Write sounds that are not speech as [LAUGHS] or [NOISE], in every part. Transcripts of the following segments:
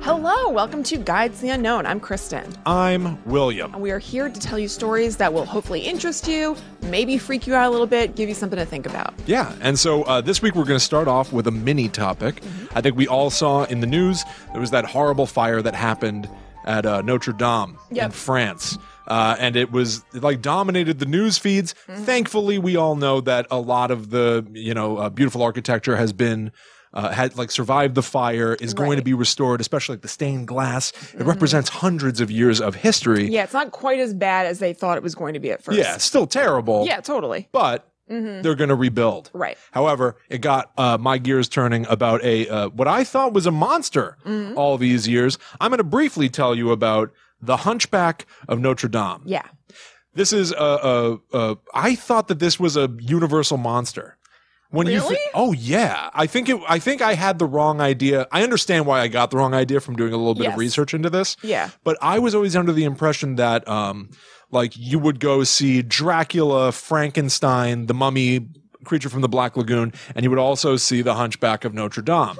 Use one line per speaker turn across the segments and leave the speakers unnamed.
Hello, welcome to Guides the Unknown. I'm Kristen.
I'm William.
We are here to tell you stories that will hopefully interest you, maybe freak you out a little bit, give you something to think about.
Yeah, and so uh, this week we're going to start off with a mini topic.
Mm-hmm.
I think we all saw in the news there was that horrible fire that happened at uh, Notre Dame in
Yep.
France. Uh, and it was it, like dominated the news feeds.
Mm-hmm.
Thankfully, we all know that a lot of the you know uh, beautiful architecture has been uh, had like survived the fire, is going to
Right. Mm-hmm.
be restored, especially like the stained glass. It represents hundreds of years of history.
Yeah, it's not quite as bad as they thought it was going to be at first.
yeah, it's still terrible.
Yeah, totally.
but they're going to rebuild.
Mm-hmm. Right.
However, it got uh, my gears turning about a uh, what I thought was a monster
Mm-hmm.
all these years. I'm going to briefly tell you about the Hunchback of Notre Dame.
Yeah.
This is a, a, a I thought that this was a universal monster. When you thi-
Really?
oh yeah, I think it. I think I had the wrong idea. I understand why I got the wrong idea from doing a little bit of
Yes.
research into this.
Yeah.
But I was always under the impression that um like you would go see Dracula, Frankenstein, the mummy creature from the black lagoon and you would also see the hunchback of Notre Dame.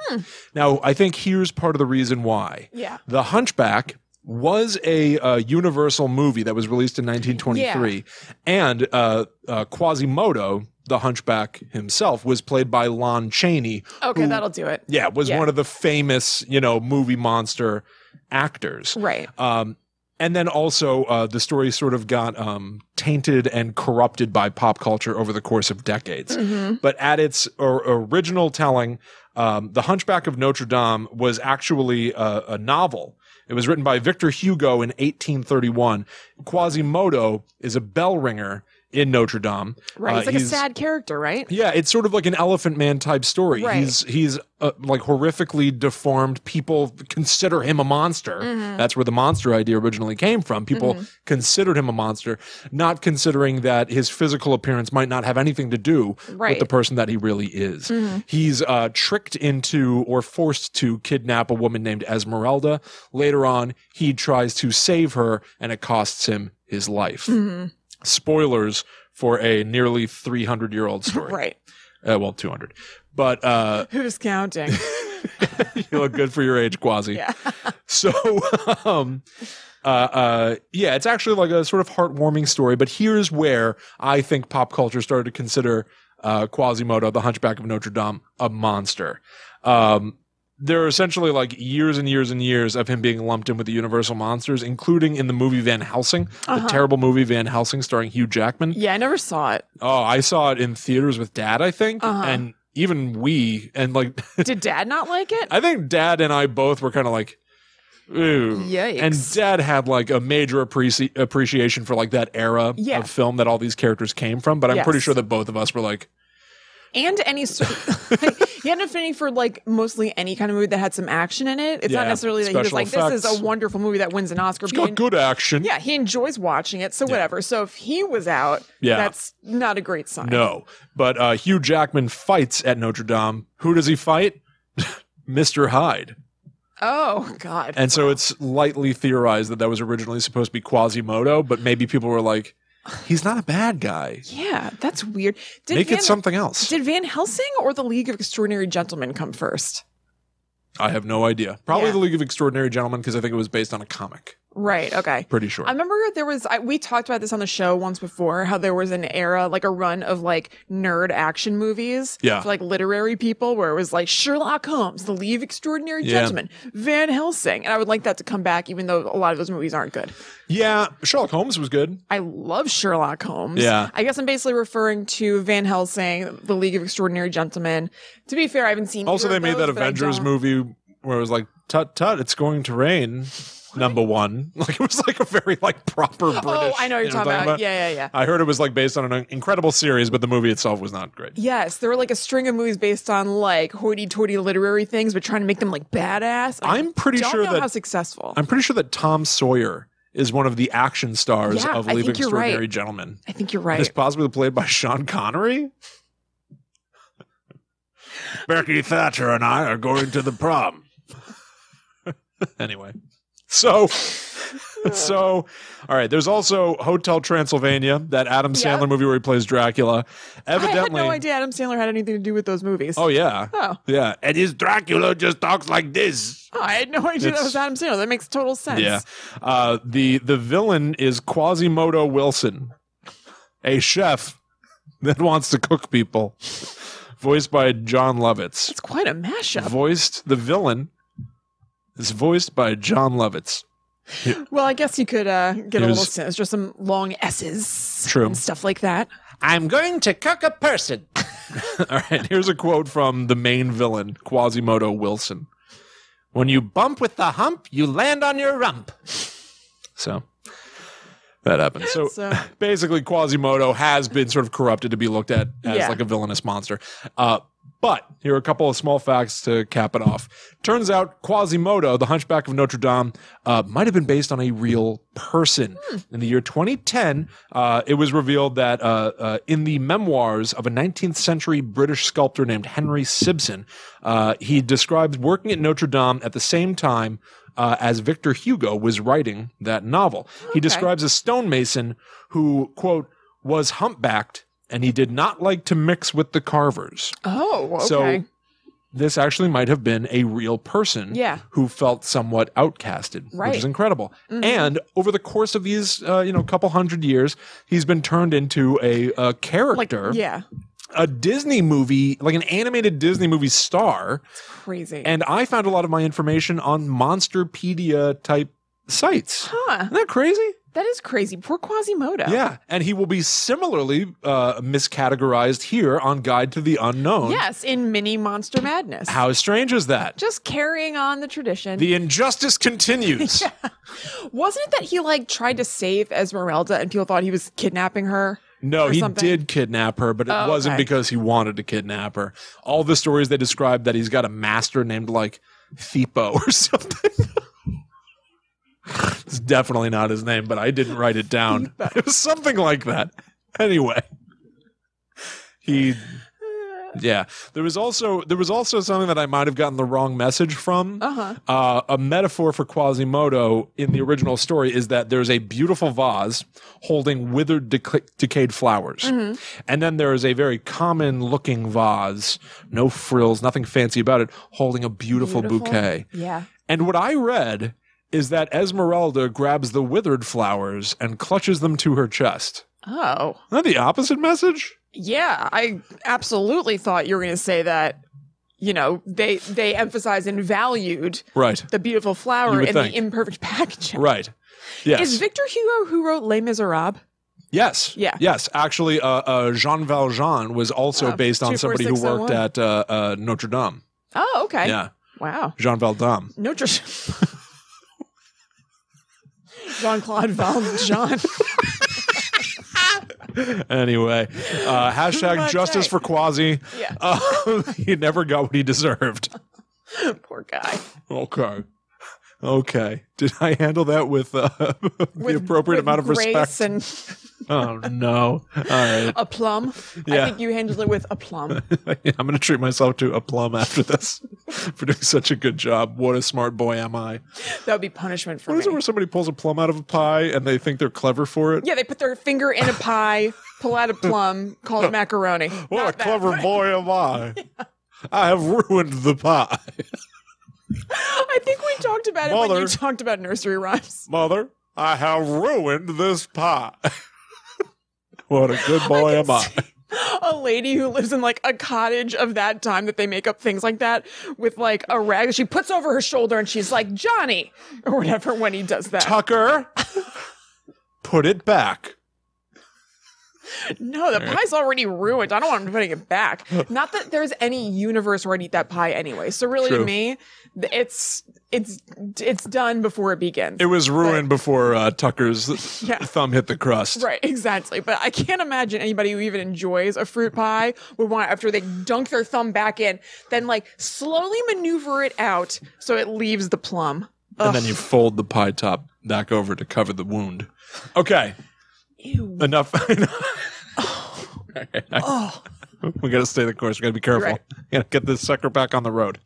Now, I think here's part of the reason why.
Yeah.
The Hunchback was a uh, Universal movie that was released in 1923, and uh, uh, Quasimodo, the Hunchback himself, was played by Lon Chaney.
Okay,
who-
that'll do it.
yeah, was
yeah.
one of the famous you know movie monster actors.
Right.
Um, and then also uh, the story sort of got um, tainted and corrupted by pop culture over the course of decades.
Mm-hmm.
But at its or, original telling, um, The Hunchback of Notre Dame was actually a, a novel. It was written by Victor Hugo in 1831. Quasimodo is a bell ringer in Notre Dame.
Right.
Uh,
It's like a
he's-
sad character, right?
yeah, it's sort of like an elephant man type story.
Right.
He's he's uh, like horrifically deformed. People consider him a monster.
Mm-hmm.
That's where the monster idea originally came from. People considered him a monster, not considering that his physical appearance might not have anything to do with
Right. Mm-hmm.
the person that he really is. He's uh, tricked into or forced to kidnap a woman named Esmeralda. Later on, he tries to save her, and it costs him his life.
Mm-hmm.
Spoilers for a nearly 300 year
[LAUGHS]
old story
Right.
uh, well 200 but uh
[LAUGHS] Who's
[LAUGHS]
counting?
you look good for your age quasi
Yeah.
[LAUGHS] so um uh, uh, yeah, it's actually like a sort of heartwarming story, but here's where I think pop culture started to consider uh, Quasimodo, the Hunchback of Notre Dame, a monster. Um, there are essentially like years and years and years of him being lumped in with the Universal monsters, including in the movie Van Helsing,
Uh-huh.
the terrible movie Van Helsing starring Hugh Jackman.
Yeah, I never saw it.
Oh, I saw it in theaters with dad, I think,
Uh-huh.
and even we and like [LAUGHS]
Did dad not like it?
I think dad and I both were kind of like, ooh.
Yikes.
And dad had like a major appreci- appreciation for like that era
Yeah.
of film that all these characters came from. But I'm pretty
Yes.
sure that both of us were like,
and any
[LAUGHS]
sort [LAUGHS] he had an affinity for like mostly any kind of movie that had some action in it. It's
Yeah,
not necessarily that he was
special
like, "This
effects.
is a wonderful movie that wins an Oscar."
it's
but he
got good action.
Yeah, he enjoys watching it, so whatever. So if he was out,
Yeah.
that's not a great sign.
No. But uh, Hugh Jackman fights at Notre Dame. Who does he fight? [LAUGHS] Mr. Hyde.
Oh God.
And so it's lightly theorized that that was originally supposed to be Quasimodo, but maybe people were like, he's not a bad guy.
yeah, that's weird. Did
Make
Van,
it something else.
Did Van Helsing or the League of Extraordinary Gentlemen come first?
I have no idea. Probably
Yeah.
the League of Extraordinary Gentlemen because I think it was based on a comic.
Right. Okay.
Pretty sure.
I remember there was I, we talked about this on the show once before how there was an era like a run of like nerd action movies
Yeah.
for like literary people where it was like Sherlock Holmes, The League of Extraordinary
Yeah.
Gentlemen, Van Helsing, and I would like that to come back even though a lot of those movies aren't good.
yeah, Sherlock Holmes was good.
I love Sherlock Holmes.
Yeah.
I guess I'm basically referring to Van Helsing, The League of Extraordinary Gentlemen. To be fair, I haven't seen.
Also,
either
they
of
made
those,
that
but I
Avengers
don't-
movie where it was like, "Tut tut, it's going to rain." Number one, [LAUGHS] like it was like a very like proper British.
Oh, I know what you're
you
talking,
what I'm
about. Yeah, yeah, yeah.
I heard it was like based on an incredible series, but the movie itself was not great.
Yes, there were like a string of movies based on like hoity-toity literary things, but trying to make them like badass. I
I'm pretty
don't
sure
know
that
how successful. i
I'm pretty sure that Tom Sawyer is one of the action stars
Yeah,
of
I
Leaving
think you're right.
Extraordinary Gentlemen.
think you're
It's
right.
possibly played by Sean Connery. Becky Thatcher and
[LAUGHS]
I [LAUGHS] are going to the prom. anyway, so so, all right. There's also Hotel Transylvania, that Adam
Yeah.
Sandler movie where he plays Dracula. Evidently,
I had no idea Adam Sandler had anything to do with those movies.
oh yeah,
Oh.
yeah. And his Dracula just talks like this.
Oh, I had no idea
It's-
that was Adam Sandler. That makes total sense.
Yeah. Uh, the the villain is Quasimodo Wilson, a chef that wants to cook people, voiced by John Lovitz.
It's quite a mashup.
Voiced the villain is voiced by John Lovitz.
Well, I guess you could uh, get a
Here's-
little sense, just some long S's
True.
and stuff like that.
I'm going to cook a person. [LAUGHS] All right, here's a quote from the main villain, Quasimodo Wilson. When you bump with the hump, you land on your rump. So that happened. So,
So-
[LAUGHS] basically, Quasimodo has been sort of corrupted to be looked at as
Yeah.
like a villainous monster. Uh, but here are a couple of small facts to cap it off. Turns out Quasimodo, the Hunchback of Notre Dame, uh, might have been based on a real person. In the year 2010, uh, it was revealed that uh, uh, in the memoirs of a 19th century British sculptor named Henry Sibson, uh, he describes working at Notre Dame at the same time uh, as Victor Hugo was writing that novel. He describes a stonemason who, quote, was humpbacked and he did not like to mix with the carvers.
Oh, okay.
So this actually might have been a real person
Yeah.
who felt somewhat outcasted,
Right. Mm-hmm.
which is incredible. And over the course of these, uh, you know, couple hundred years, he's been turned into a, a
like,
character,
yeah,
a Disney movie, like an animated Disney movie star.
crazy.
And I found a lot of my information on Monsterpedia type sites.
huh?
Isn't that crazy?
That is crazy. Poor Quasimodo.
Yeah, and he will be similarly uh, miscategorized here on Guide to the Unknown.
Yes, in mini monster madness.
How strange is that?
Just carrying on the tradition.
The injustice continues.
Wasn't it that he like tried to save Esmeralda and people thought he was kidnapping her?
No,
or
he
something.
did kidnap her, but it
Oh,
wasn't
okay.
because he wanted to kidnap her. All the stories they describe that he's got a master named like Thipo [LAUGHS] or something. it's definitely not his name, but I didn't write it down. [LAUGHS] It was something like that. Anyway, he yeah. There was also there was also something that I might have gotten the wrong message from.
Uh-huh.
Uh, a metaphor for Quasimodo in the original story is that there's a beautiful vase holding withered, dec- decayed flowers. And then there is a very common looking vase, no frills, nothing fancy about it, holding a beautiful, bouquet.
Yeah.
And what I read is that Esmeralda grabs the withered flowers and clutches them to her chest.
Oh.
Isn't that the opposite message?
Yeah, I absolutely thought you were going to say that. You know, they they emphasize and valued
Right.
the beautiful
You
flower
would
and
think.
the imperfect [LAUGHS] packaging.
Right. Yes.
Is Victor Hugo who wrote Les Miserables?
Yes.
Yeah.
Yes. Actually, uh, uh, Jean Valjean was also
Uh,
based on somebody who worked
24601.
at uh, uh, Notre Dame.
Oh, okay.
Yeah.
Wow.
Jean Valjean. [LAUGHS]
No, just Jean Claude Valjean.
Anyway, uh, hashtag
much
justice
egg.
for Quasi. [LAUGHS]
Yeah.
Uh, he never got what he deserved. [LAUGHS]
Poor guy.
Okay. Okay. Did I handle that with, uh, [LAUGHS] the appropriate amount of
grace
respect?
and
[LAUGHS] oh, no. All right.
aplomb.
Yeah.
I think you handled it with
[LAUGHS]
aplomb.
I'm going to treat myself to a plum after this [LAUGHS] for doing such a good job. What a smart boy am I.
That would be punishment for
What is it
me.
where somebody pulls a plum out of a pie and they think they're clever for it?
Yeah, they put their finger in a pie, pull out a plum, call it macaroni.
[LAUGHS] What
Not
a
that.
clever
[LAUGHS]
boy am I! I have ruined the pie,
I think we talked about it when
Mother.
you talked about nursery rhymes.
mother. I have ruined this pie. [LAUGHS] what a good boy am I!
A lady who lives in like a cottage of that time that they make up things like that with like a rag she puts over her shoulder and she's like Johnny or whatever when he does that.
Tucker, put it back.
No, the pie's already ruined. I don't want him putting it
[LAUGHS]
back. Not that there's any universe where I'd eat that pie anyway. So really,
True.
to me, th- it's it's it's done before it begins.
It was ruined before uh, Tucker's
Yeah.
thumb hit the crust.
[LAUGHS] right, exactly. But I can't imagine anybody who even enjoys a fruit pie would want after they dunk their thumb back in, then like slowly maneuver it out so it leaves the plum.
And
Ugh,
then you fold the pie top back over to cover the wound. Okay,
ew.
enough. [LAUGHS]
[LAUGHS]
we got to stay the course. We got to be careful.
Oh. Right.
We got to get this sucker back on the road.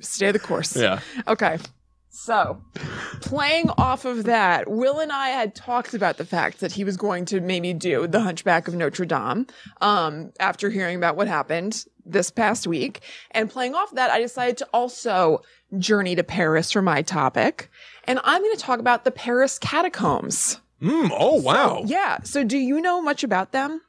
Stay the course.
Yeah.
Okay. So, playing off of that, Will and I had talked about the fact that he was going to maybe do The Hunchback of Notre Dame um, after hearing about what happened this past week. And playing off that, I decided to also journey to Paris for my topic. And I'm going to talk about the Paris catacombs.
Mm, oh wow!
Yeah. So, do you know much about them?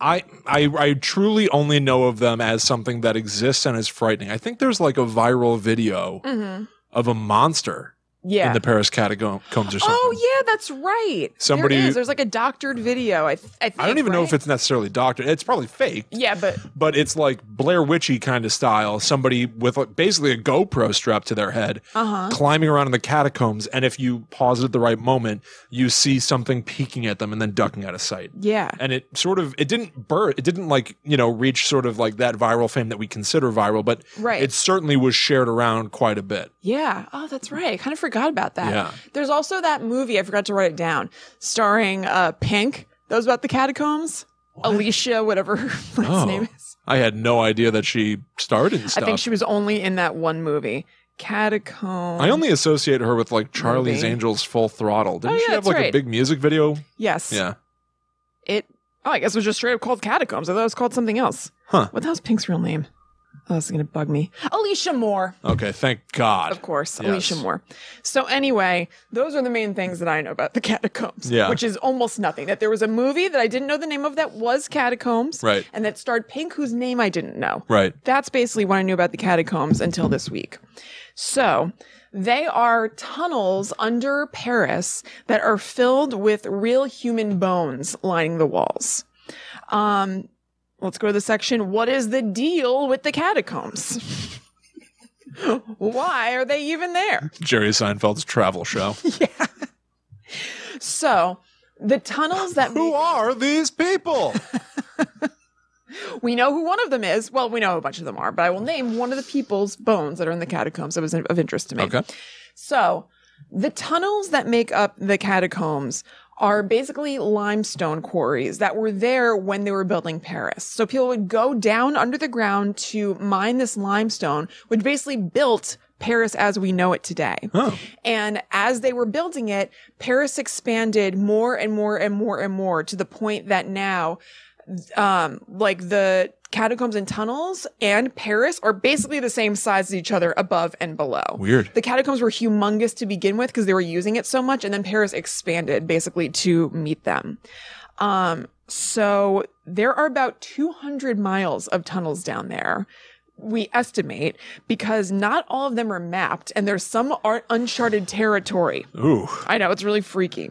I, I I truly only know of them as something that exists and is frightening. I think there's like a viral video
Mm-hmm.
of a monster
Yeah.
in the Paris catacombs or something.
Oh, yeah, that's right.
Somebody-
there it is. there's like a doctored video. I, th- I, think,
I don't even know
right?
if it's necessarily doctor. It's probably fake,
Yeah, but
but it's like Blair Witchy kind of style. Somebody with like basically a GoPro strapped to their head,
uh huh.
climbing around in the catacombs, and if you pause at the right moment, you see something peeking at them and then ducking out of sight.
Yeah.
and it sort of it didn't burst it didn't like you know reach sort of like that viral fame that we consider viral but
Right.
it certainly was shared around quite a bit
Yeah. Oh, that's right. I kind of forgot about that.
Yeah.
There's also that movie, I forgot to write it down, starring uh, Pink. That was about the catacombs. Alicia, whatever her [LAUGHS] last
Oh.
name is.
i had no idea that she starred in stuff
I think she was only in that one movie. Catacomb.
I only associate her with like charlie's
Movie.
angels full throttle didn't
Oh, yeah,
she have
that's
like a
right.
big music video
Yes.
yeah
It. Oh, I guess it was just straight up called Catacombs. I thought it was called something else.
Huh.
What the hell's Pink's real name? Oh, this is going to bug me. Alicia Moore.
okay thank god
Of course,
Yes.
Alicia Moore. So anyway, those are the main things that I know about the [LAUGHS] catacombs.
Yeah.
Which is almost nothing. That there was a movie that I didn't know the name of that was Catacombs.
Right.
And that starred Pink, whose name I didn't know.
right
That's basically what I knew about the catacombs until this week. So they are tunnels under Paris that are filled with real human bones lining the walls. Um, let's go to the section. What is the deal with the catacombs? [LAUGHS] Why are they even there?
jerry seinfeld's
[LAUGHS]
travel show
So the tunnels that
[LAUGHS] who
we,
are these people
we know who one of them is. Well, we know a bunch of them are, but I will name one of the people's bones that are in the catacombs that was of interest to me.
[LAUGHS] okay
So, the tunnels that make up the catacombs are basically limestone quarries that were there when they were building Paris. So, people would go down under the ground to mine this limestone, which basically built Paris as we know it today.
oh
And as they were building it, Paris expanded more and more and more and more to the point that now, um, like the catacombs and tunnels and Paris are basically the same size as each other above and below.
weird
The catacombs were humongous to begin with because they were using it so much, and then Paris expanded basically to meet them. Um, so there are about 200 miles of tunnels down there. We estimate because not all of them are mapped, and there's some are uncharted territory.
ooh
I know, it's really freaky.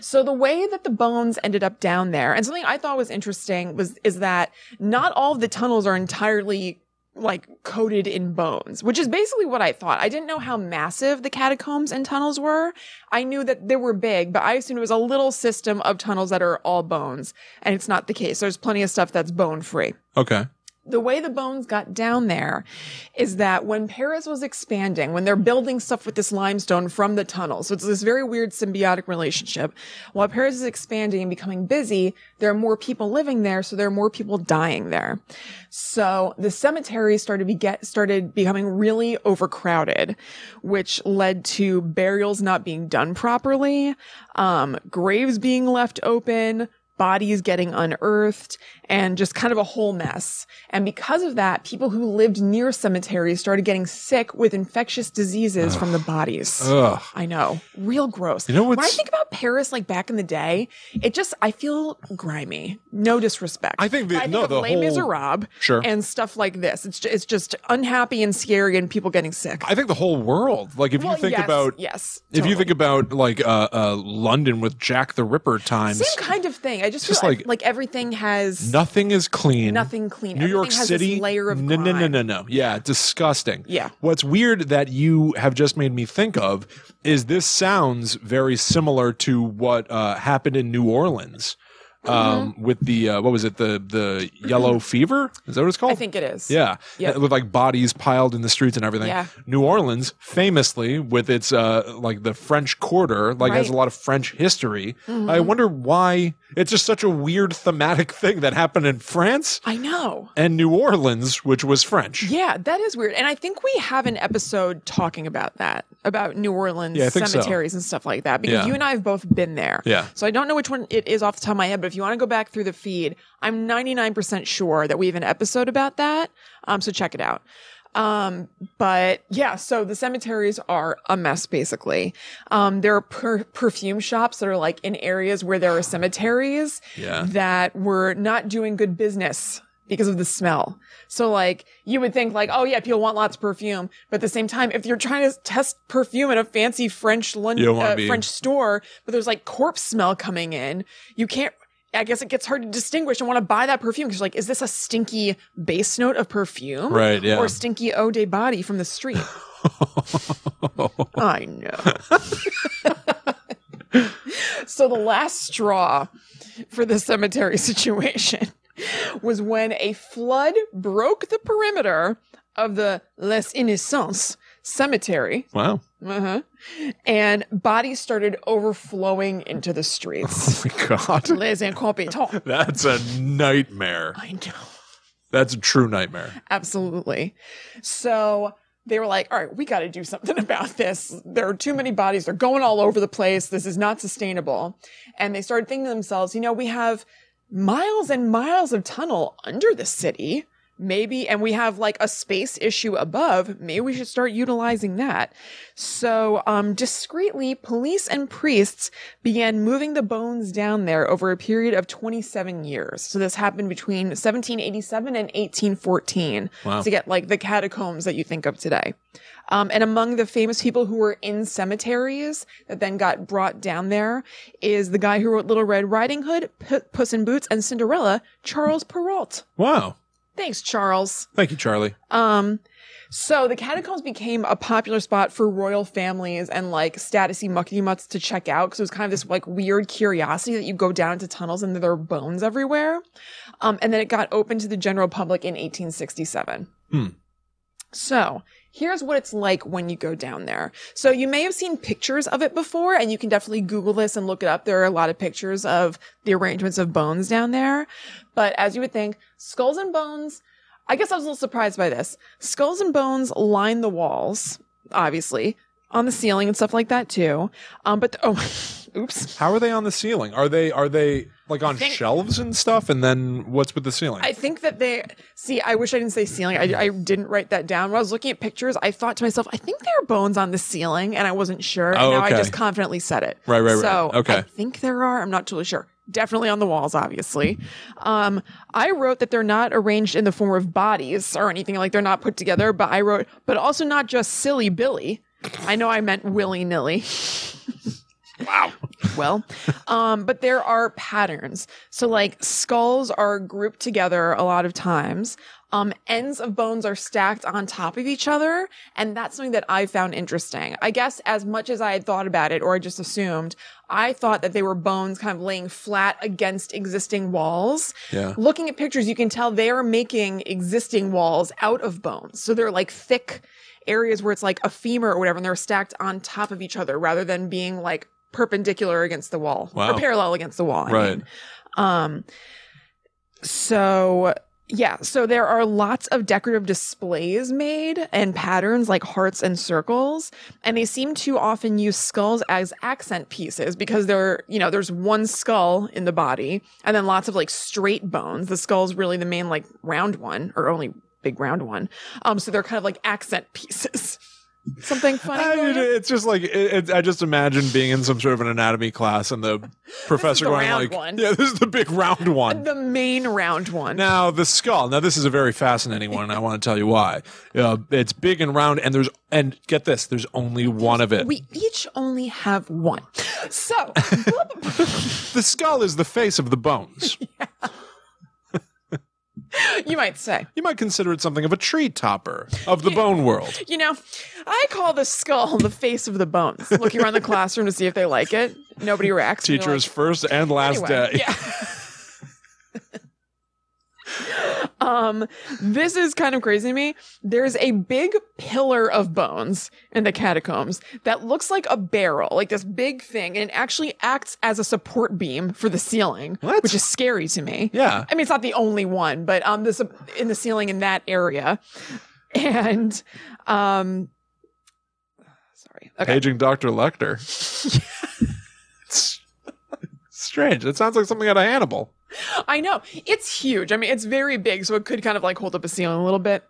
So the way that the bones ended up down there, and something I thought was interesting was is that not all of the tunnels are entirely like coated in bones, which is basically what I thought. I didn't know how massive the catacombs and tunnels were. I knew that they were big, but I assumed it was a little system of tunnels that are all bones, and it's not the case. There's plenty of stuff that's bone free
okay
the way the bones got down there is that when Paris was expanding, when they're building stuff with this limestone from the tunnel, so it's this very weird symbiotic relationship. While Paris is expanding and becoming busy, there are more people living there, so there are more people dying there. So the cemeteries started be get, started becoming really overcrowded, which led to burials not being done properly, um, graves being left open, bodies getting unearthed and just kind of a whole mess. And because of that, people who lived near cemeteries started getting sick with infectious diseases from the bodies.
ugh
I know. Real gross.
You know
when I
what's-
think about Paris like back in the day, it just I feel grimy. No disrespect.
I think the-
But I think
no,
of
the
Les
whole-
Miserables
sure
and stuff like this. It's just, it's just unhappy and scary and people getting sick.
i think the whole world like if
Well,
you think
yes,
about
yes.
If you
totally.
think about like uh, uh, London with Jack the Ripper times,
same kind of thing. I just
Just
feel
like-
like, everything has
nothing is clean.
nothing clean.
Mm-hmm. New York
Everything has
City,
this layer of
no, no, no,
grime.
no, no. Yeah, disgusting.
Yeah.
What's weird that you have just made me think of is this sounds very similar to what uh, happened in New Orleans. um,
Mm-hmm.
with the uh, what was it the the yellow fever is that what it's called?
I think it is.
Yeah,
Yep.
with like bodies piled in the streets and everything.
Yeah.
New Orleans, famously with its uh, like the French Quarter, like has
Right.
a
Mm-hmm.
lot of French history. I wonder why it's just such a weird thematic [LAUGHS] thing that happened in France
I know.
and New Orleans, which was French.
Yeah, that is weird. And I think we have an episode talking about that, about New Orleans
Yeah, I think so.
cemeteries and stuff like that, because
Yeah.
you and I have both been there.
Yeah.
So I don't know which one it is off the top of my head, but if you want to go back through the feed, I'm 99% sure that we have an episode about that. Um, so check it out. Um, but yeah, so the cemeteries are a mess basically. Um, there are per- perfume shops that are like in areas where there are cemeteries
Yeah.
that were not doing good business because of the smell. So like you would think like, oh yeah, people want lots of perfume, but at the same time, if you're trying to test perfume at a fancy French Lon-
You don't wanna
uh,
be-
French store, but there's like corpse smell coming in, you can't. I guess it gets hard to distinguish and want to buy that perfume because like, is this a stinky base note of perfume?
Right, yeah.
Or stinky eau de body from the
[LAUGHS]
street? I know. [LAUGHS] so the last straw for the cemetery [LAUGHS] situation was when a flood broke the perimeter of the Les Innocents cemetery
Wow. [LAUGHS]
uh-huh, and bodies started overflowing into the
[LAUGHS]
streets.
Oh my God.
Les Incompetents. Oh,
That's a nightmare.
I know.
That's a true nightmare.
Absolutely. So they were like, all right, we got to do something [LAUGHS] about this. There are too many bodies. They're going all over the place. This is not sustainable. And they started thinking to themselves, you know, we have miles and miles of tunnel under the city. Maybe, and we have like a space issue above. Maybe we should start utilizing that. So, um, discreetly, police and priests began moving the bones down there over a period of 27 years. So, this happened between 1787 and 1814
Wow.
to get like the catacombs that you think of today. Um, and among the famous people who were in cemeteries that then got brought down there is the guy who wrote Little Red Riding Hood, P- Puss in Boots, and Cinderella, Charles Perrault.
Wow.
Thanks, Charles.
Thank you, Charlie.
Um, so the catacombs became a popular spot for royal families and like statusy mucky mutts to check out because it was kind of this like weird curiosity that you go down into tunnels and there are bones everywhere. Um, and then it got open to the general public in 1867.
Hmm.
So here's what it's like when you go down there. So you may have seen pictures of it before, and you can definitely Google this and look it up. There are a lot of pictures of the arrangements of bones down there. But as you would think, skulls and bones, I guess I was a little surprised by this. Skulls and bones line the walls, obviously, on the ceiling and stuff like that too. Um, but oh, [LAUGHS] oops.
How are they on the ceiling? Are they are they like on
think-
shelves and stuff? And then what's with the ceiling?
I think that they see. I wish I didn't say ceiling. I, I didn't write that down. When I was looking at pictures, I thought to myself, I think there are bones on the ceiling, and I wasn't sure.
Oh,
now I
okay.
just confidently said it.
Right, right, right.
So
Okay.
I think there are. I'm not totally sure. Definitely on the walls, obviously. Um, I wrote that they're not arranged in the form of bodies or anything like they're not put together. But I wrote, but also not just silly Billy. I know I meant willy [LAUGHS] nilly
wow.
well. Um, but there are patterns. So like skulls are grouped together a lot of times. Um, ends of bones are stacked on top of each other. And that's something that I found interesting. I guess as much as I had thought about it, or I just assumed, I thought that they were bones kind of laying flat against existing walls.
Yeah.
Looking at pictures, you can tell they are making existing walls out of bones. So they're like thick areas where it's like a femur or whatever, and they're stacked on top of each other rather than being like perpendicular against the wall
Wow.
or parallel against the wall. I
Right.
mean. Um, so yeah, so there are lots of decorative displays made and patterns like hearts and circles, and they seem to often use skulls as accent pieces because they're, you know, there's one skull in the body and then lots of like straight bones. The skull's really the main like round one or only big round one. Um so they're kind of like accent pieces. [LAUGHS] Something funny.
I
going
mean,
on?
it's just like it, it, I just imagine being in some sort of an anatomy class
[LAUGHS]
and the professor
the
going
round
like,
one.
"Yeah, this is the big
[LAUGHS]
round one."
the main round one.
Now the skull. Now this is a very fascinating one, and I want to tell you why. Uh, it's big and round, and there's and get this, there's only one of it.
We each only have one. So, [LAUGHS]
the skull is the face of
[LAUGHS]
the bones.
you might say,
you might consider it something of a tree topper of the
[LAUGHS]
bone world.
you know, I call the skull the face of the bones. Looking around the classroom to see if they like it. Nobody reacts. and they're
Teacher's first and last
like, anyway,
day.
Yeah. Um, this is kind of crazy to me. There's a big pillar of bones in the catacombs that looks like a barrel, like this big thing, and it actually acts as a support beam for the ceiling,
What?
which is scary to me.
[LAUGHS] Yeah.
I mean, it's not the only one, but um, this in the ceiling in that area, and um, sorry, okay,
Paging
[LAUGHS]
Dr. Lecter. [LAUGHS] It's Strange. It sounds like something out of Hannibal.
I know it's huge. I mean, it's very big, so it could kind of like hold up a ceiling a little bit.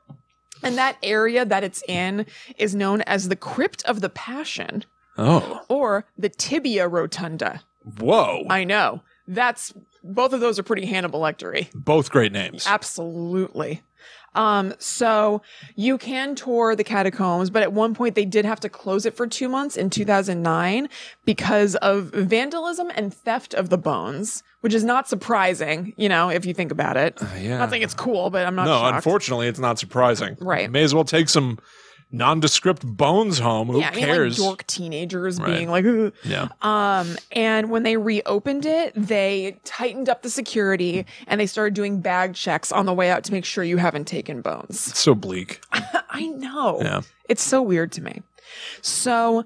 And that area that it's in is known as the Crypt of the Passion
Oh.
or the Tibia Rotunda.
Whoa.
I know that's both of those are pretty Hannibal Lectery.
Both great names.
Absolutely. Um, so you can tour the catacombs, but at one point they did have to close it for two months in 2009 because of vandalism and theft of the bones, which is not surprising, you know, if you think about it.
Uh, yeah.
Not saying it's cool, but I'm not
no,
shocked.
unfortunately, it's not surprising.
Right.
May as well take some nondescript bones home. Who
yeah, I mean,
cares?
like dork teenagers
Right.
being like, "Ugh."
yeah.
Um, and when they reopened it, they tightened up the security and they started doing bag checks on the way out to make sure you haven't taken bones.
It's so bleak.
I know.
Yeah.
It's so weird to me. So,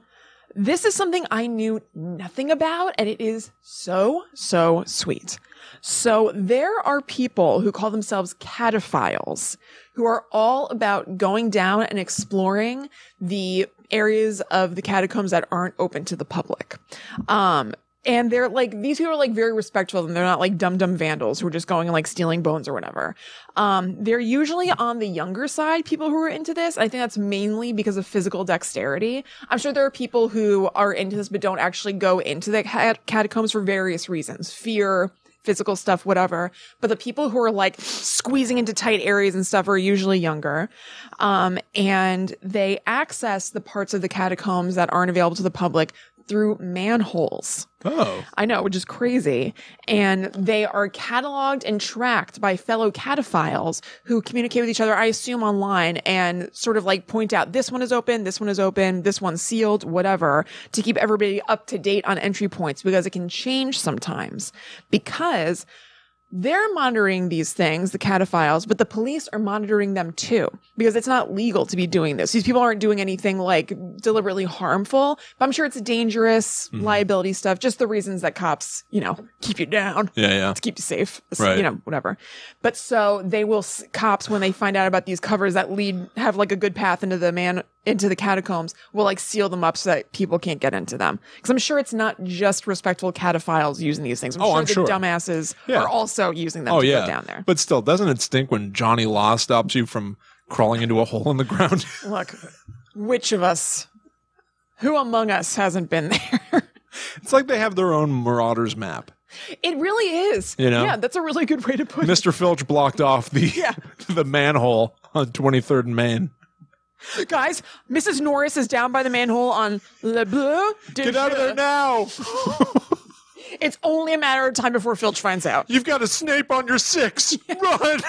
this is something I knew nothing about, and it is so, so sweet. So, there are people who call themselves cataphiles who are all about going down and exploring the areas of the catacombs that aren't open to the public. Um, and they're like, these people are like very respectful and they're not like dumb, dumb vandals who are just going and like stealing bones or whatever. Um, they're usually on the younger side, people who are into this. I think that's mainly because of physical dexterity. I'm sure there are people who are into this but don't actually go into the cat- catacombs for various reasons fear, physical stuff, whatever. But the people who are like squeezing into tight areas and stuff are usually younger. Um, and they access the parts of the catacombs that aren't available to the public through manholes.
Oh.
I know, which is crazy. And they are cataloged and tracked by fellow cataphiles who communicate with each other, I assume online, and sort of like point out this one is open, this one is open, this one's sealed, whatever, to keep everybody up to date on entry points because it can change sometimes. Because they're monitoring these things, the cataphiles, but the police are monitoring them too, because it's not legal to be doing this. These people aren't doing anything like deliberately harmful, but I'm sure it's dangerous liability stuff, just the reasons that cops, you know, keep you down
Yeah, yeah.
to keep you safe, s-
Right.
you know, whatever. But so they will s- cops when they find out about these covers that lead have like a good path into the man into the catacombs will like seal them up so that people can't get into them. Because I'm sure it's not just respectful cataphiles using these things. I'm
Oh,
sure
I'm
the
sure.
dumbasses
Yeah.
are also using them
Oh,
to
yeah.
go down there.
But still, doesn't it stink when Johnny Law stops you from crawling into a hole in the ground? [LAUGHS]
Look, which of us, who among us hasn't been there? [LAUGHS]
it's like they have their own Marauders map.
it really is.
You know?
yeah, that's a really good way to put it.
Mr. Filch blocked off the
Yeah.
[LAUGHS] the manhole on 23rd and Main.
Guys, Mrs. Norris is down by the manhole on Le Bleu. de
Get out of
Jeu.
there now!
It's only a matter of time before Filch finds out.
You've got a Snape on
[LAUGHS]
your six. Run!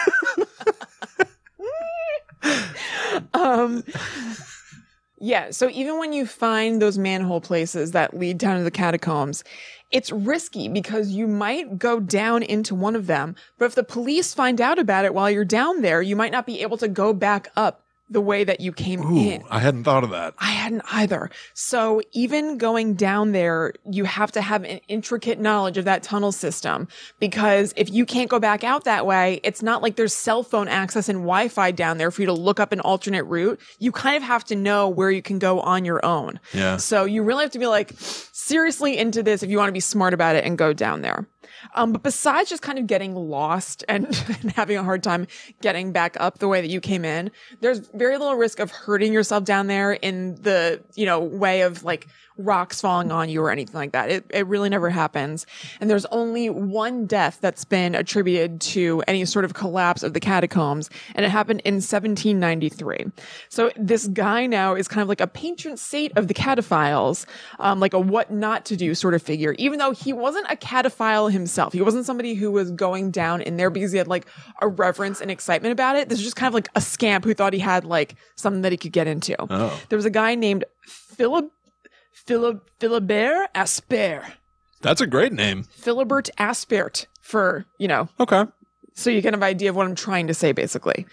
Um, yeah, so even when you find those manhole places that lead down to the catacombs, it's risky because you might go down into one of them, but if the police find out about it while you're down there, you might not be able to go back up the way that you came in.
Ooh, I hadn't thought of that.
I hadn't either. So even going down there, you have to have an intricate knowledge of that tunnel system because if you can't go back out that way, it's not like there's cell phone access and Wi-Fi down there for you to look up an alternate route. You kind of have to know where you can go on your own.
Yeah.
So you really have to be like seriously into this if you want to be smart about it and go down there. Um, but besides just kind of getting lost and, [LAUGHS] and having a hard time getting back up the way that you came in, there's very little risk of hurting yourself down there in the, you know, way of like rocks falling on you or anything like that. It, it really never happens. And there's only one death that's been attributed to any sort of collapse of the catacombs. And it happened in 1793. So this guy now is kind of like a patron saint of the cataphiles, um, like a what not to do sort of figure, even though he wasn't a cataphile himself. He wasn't somebody who was going down in there because he had like a reverence and excitement about it. This is just kind of like a scamp who thought he had like something that he could get into.
Oh,
There was a guy named Philip, Philip, Philibert Asper,
that's a great name.
Philibert Aspert for, you know,
Okay.
so you get an idea of what I'm trying to say, basically.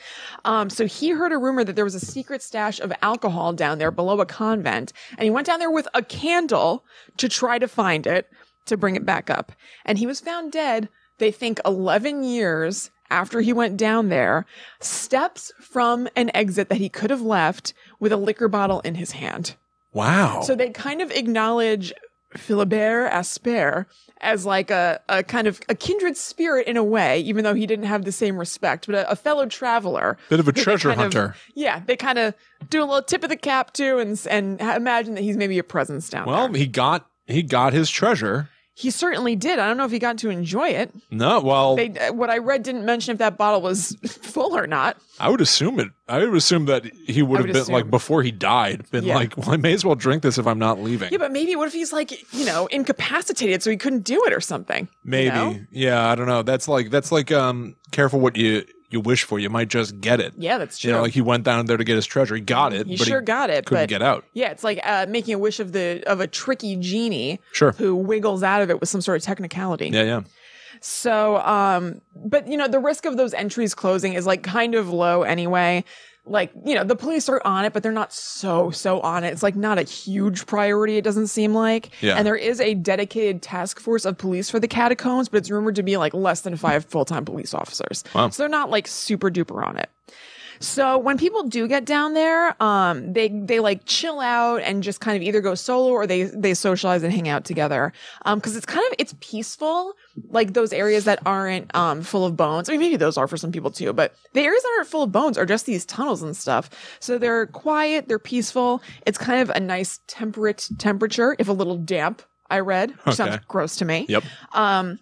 Um, so he heard a rumor that there was a secret stash of alcohol down there below a convent, and he went down there with a candle to try to find it to bring it back up. And he was found dead, they think 11 years after he went down there, steps from an exit that he could have left with a liquor bottle in his hand.
Wow.
So they kind of acknowledge Philibert Asper as like a, a kind of a kindred spirit in a way, even though he didn't have the same respect, but a, a fellow traveler.
Bit of a
who they
treasure
kind of-
hunter.
yeah, they kind of do a little tip of the cap to and s- and ha- imagine that he's maybe a presence down
well,
there.
he got he got his treasure.
He certainly did. I don't know if he got to enjoy it.
No, well,
They, uh, what I read didn't mention if that bottle was [LAUGHS] full or not.
I would assume it. I would assume that he
I
would have
would
been like
assume.
before he died, been
Yeah.
like, well, I may as well drink this if I'm not leaving.
Yeah, but maybe what if he's like, you know, incapacitated so he couldn't do it or something?
Maybe.
know?
Yeah, I don't know. That's like that's like um careful what you you wish for. You might just get it.
Yeah, that's true.
You know, like he went down there to get his treasure. He got it,
he
but
sure
he
got it,
couldn't
but
get out.
yeah, it's like uh, making a wish of the of a tricky genie
Sure.
who wiggles out of it with some sort of technicality.
Yeah, yeah.
So, um, but you know, the risk of those entries closing is like kind of low anyway. Like, you know, the police are on it, but they're not so, so on it. It's like not a huge priority, it doesn't seem like.
Yeah.
And there is a dedicated task force of police for the catacombs, but it's rumored to be like less than five full time police officers.
Wow.
So they're not like super duper on it. So when people do get down there, um, they they like chill out and just kind of either go solo or they they socialize and hang out together. Um, because it's kind of it's peaceful, like those areas that aren't um full of bones. I mean, maybe those are for some people too, but the areas that aren't full of bones are just these tunnels and stuff. So they're quiet, they're peaceful. It's kind of a nice temperate temperature, if a little damp. I read, which sounds
Okay.
gross to me.
Yep.
Um,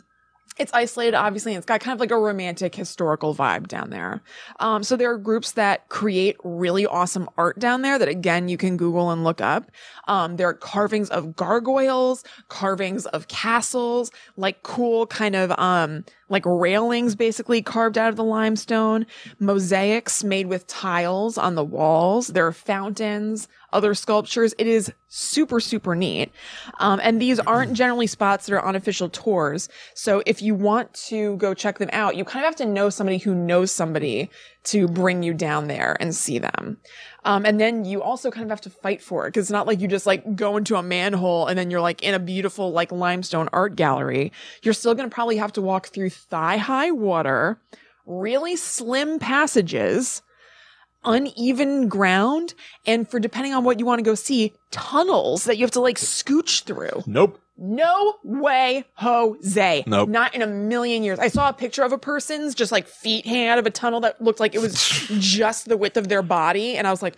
it's isolated, obviously, and it's got kind of like a romantic historical vibe down there. Um, so there are groups that create really awesome art down there that, again, you can Google and look up. Um, there are carvings of gargoyles, carvings of castles, like cool kind of um, like railings basically carved out of the limestone, mosaics made with tiles on the walls. There are fountains, other sculptures. It is super, super neat. Um, and these aren't generally spots that are on official tours. So if you want to go check them out, you kind of have to know somebody who knows somebody to bring you down there and see them. Um, and then you also kind of have to fight for it because it's not like you just like go into a manhole and then you're like in a beautiful like limestone art gallery. You're still going to probably have to walk through thigh high water, really slim passages uneven ground and for depending on what you want to go see tunnels that you have to like scooch through
Nope.
no way jose
Nope.
not in a million years i saw a picture of a person's just like feet hanging out of a tunnel that looked like it was just the width of their body and i was like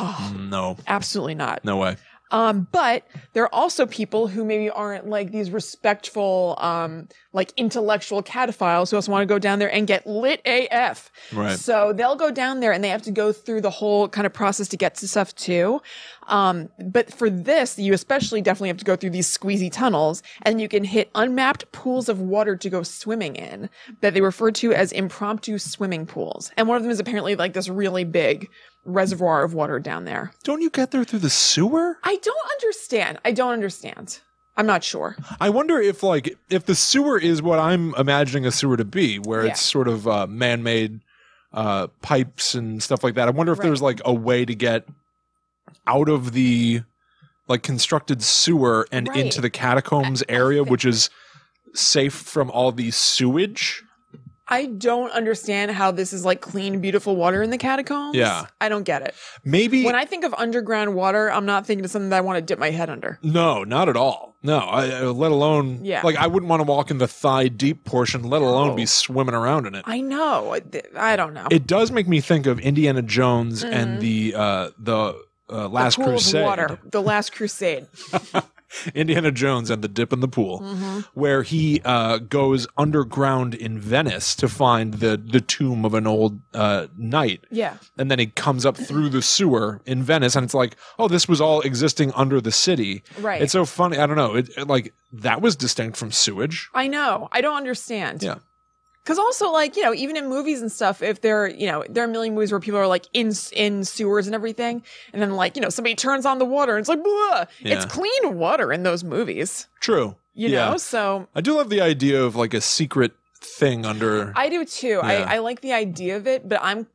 oh,
No.
absolutely not
No way.
um, but there are also people who maybe aren't like these respectful, um, like intellectual cataphiles who also want to go down there and get lit AF.
Right.
So they'll go down there and they have to go through the whole kind of process to get to stuff too. Um, but for this, you especially definitely have to go through these squeezy tunnels and you can hit unmapped pools of water to go swimming in that they refer to as impromptu swimming pools. And one of them is apparently like this really big reservoir of water down there.
Don't you get there through the sewer?
I don't understand. I don't understand. I'm not sure.
I wonder if like if the sewer is what I'm imagining a sewer to be, where
Yeah.
it's sort of uh, man-made uh, pipes and stuff like that. I wonder if
Right.
there's like a way to get out of the like constructed sewer and
Right.
into the catacombs area, which is safe from all the sewage.
I don't understand how this is like clean, beautiful water in the catacombs.
Yeah.
I don't get it.
Maybe
When I think of underground water, I'm not thinking of something that I want to dip my head under.
no, not at all. No, I, I- let alone
Yeah.
like I wouldn't want to walk in the thigh deep portion, let alone
No.
be swimming around in it.
I know. I- th- I don't know.
it does make me think of Indiana Jones and
Mhm.
the uh, the uh, Last
the pool
Crusade.
Of water. The Last Crusade.
[LAUGHS] Indiana Jones and the dip in the pool,
Mhm.
where he uh, goes underground in Venice to find the the tomb of an old uh, knight,
Yeah.
and then he comes up through the sewer in Venice, and it's like, oh, this was all existing under the city.
Right.
It's so funny. I don't know. It, it, like that was distinct from sewage.
I know. I don't understand.
Yeah.
Because also, like you know, even in movies and stuff, if there, are, you know, there are a million movies where people are like in in sewers and everything, and then like you know, somebody turns on the water and it's like, Blah! it's
Yeah.
clean water in those movies,
True.
you
Yeah.
know. So
I do love the idea of like a secret thing under.
I do too.
Yeah.
I, I like the idea of it, but I'm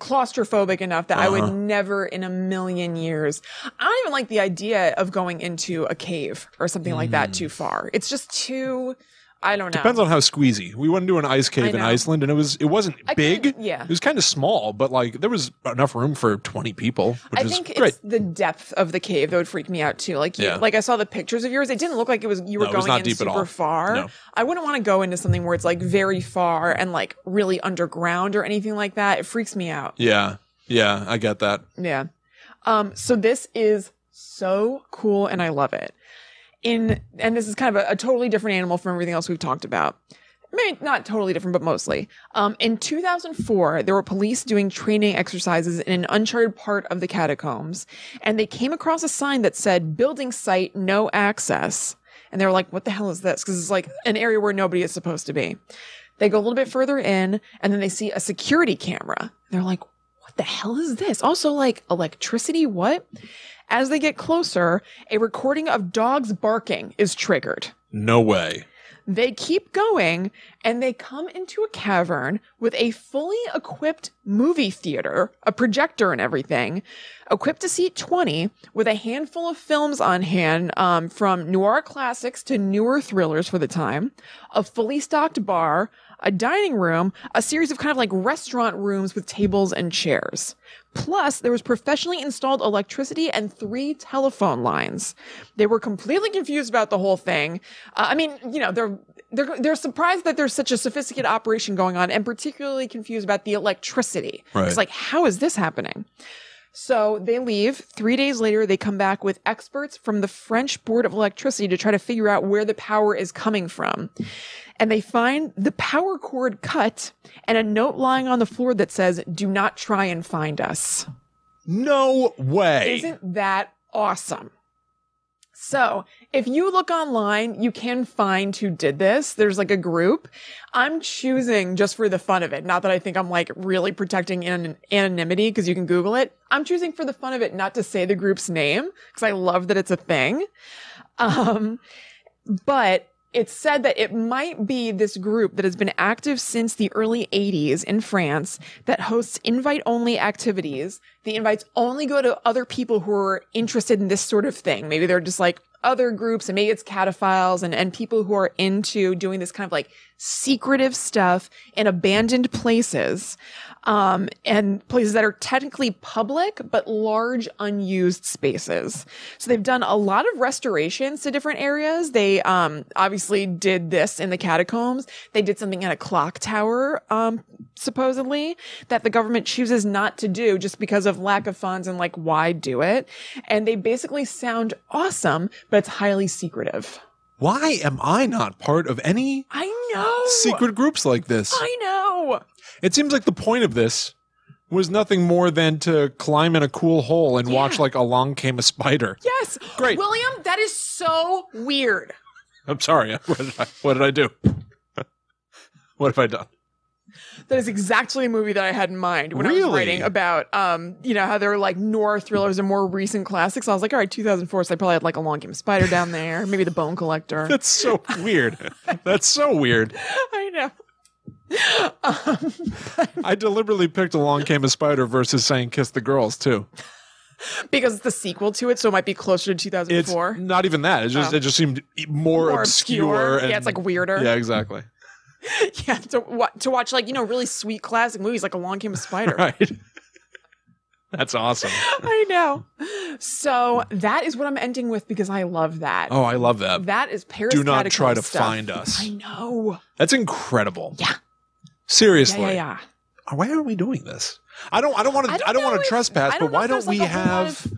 claustrophobic enough that I
Uh-huh.
would never in a million years. I don't even like the idea of going into a cave or something like that too far. It's just too, I don't know.
Mm. Depends on how squeezy. We went into an ice cave in
know.
Iceland, and it was it wasn't
I
big.
kinda- yeah.
it was kind of small, but like there was enough room for twenty people, which
I
is
think
great.
it's the depth of the cave that would freak me out too. Like, you,
Yeah.
like I saw the pictures of yours. It didn't look like it was you were
No, it
going
was not
in
deep at
super
all.
far.
No.
I wouldn't want to go into something where it's like very far and like really underground or anything like that. It freaks me out.
Yeah, yeah, I get that.
Yeah. Um, so this is so cool and I love it. In and this is kind of a, a totally different animal from everything else we've talked about. Maybe not totally different, but mostly. Um, in 2004, there were police doing training exercises in an uncharted part of the catacombs, and they came across a sign that said "Building site, no access." And they were like, "What the hell is this?" Because it's like an area where nobody is supposed to be. They go a little bit further in, and then they see a security camera. They're like, what the hell is this? Also, like electricity, what? As they get closer, a recording of dogs barking is triggered.
No way.
They keep going and they come into a cavern with a fully equipped movie theater, a projector and everything, equipped to seat 20 with a handful of films on hand um, from noir classics to newer thrillers for the time, a fully stocked bar, a dining room, a series of kind of like restaurant rooms with tables and chairs. Plus, there was professionally installed electricity and three telephone lines. They were completely confused about the whole thing. Uh, I mean, you know, they're they're they're surprised that there's such a sophisticated operation going on, and particularly confused about the electricity.
Right.
It's like, how is this happening? So they leave. Three days later, they come back with experts from the French Board of Electricity to try to figure out where the power is coming from. And they find the power cord cut and a note lying on the floor that says, Do not try and find us.
No way.
Isn't that awesome? So, if you look online, you can find who did this. There's like a group. I'm choosing just for the fun of it. Not that I think I'm like really protecting an- anonymity because you can Google it. I'm choosing for the fun of it not to say the group's name because I love that it's a thing. Um, but it's said that it might be this group that has been active since the early 80s in France that hosts invite only activities. The invites only go to other people who are interested in this sort of thing. Maybe they're just like other groups and maybe it's cataphiles and, and people who are into doing this kind of like secretive stuff in abandoned places. Um, and places that are technically public, but large unused spaces. So they've done a lot of restorations to different areas. They um, obviously did this in the catacombs. They did something at a clock tower, um, supposedly, that the government chooses not to do just because of lack of funds and like, why do it? And they basically sound awesome, but it's highly secretive.
Why am I not part of any
I know.
secret groups like this?
I know.
It seems like the point of this was nothing more than to climb in a cool hole and watch like along came a spider.
Yes.
Great.
William, that is so weird.
I'm sorry. [LAUGHS] What did I, what did I do? [LAUGHS] what have I done?
That is exactly a movie that I had in mind when I
Really?
was writing about, um, you know, how there were like noir thrillers and more recent classics. I was like, all right, 2004, so I probably had like a long game spider down there, maybe the bone collector. [LAUGHS]
[LAUGHS] That's so weird. That's so weird.
I know. Um,
I deliberately picked Along Came a Spider versus saying Kiss the Girls too.
because it's the sequel to it, so it might be closer to
It's
2004.
not even that. It just
Oh.
it just seemed e, more, obscure. and,
yeah, it's like weirder.
yeah, exactly.
[LAUGHS] Yeah, to, wa- to watch like, you know, really sweet classic movies like Along Came a Spider.
[LAUGHS] Right. That's awesome.
I know. So that is what I'm ending with because I love that.
Oh, I love that.
That is Paris.
Do not try
Catacomb
to
stuff.
find us.
I know.
That's incredible.
Yeah.
Seriously.
Yeah, yeah, yeah.
Why are we doing this? I don't I don't want to
I
I don't,
don't know
want to
if-
trespass,
I don't
but
know
why
if
don't
there's,
we
like, a whole lot
have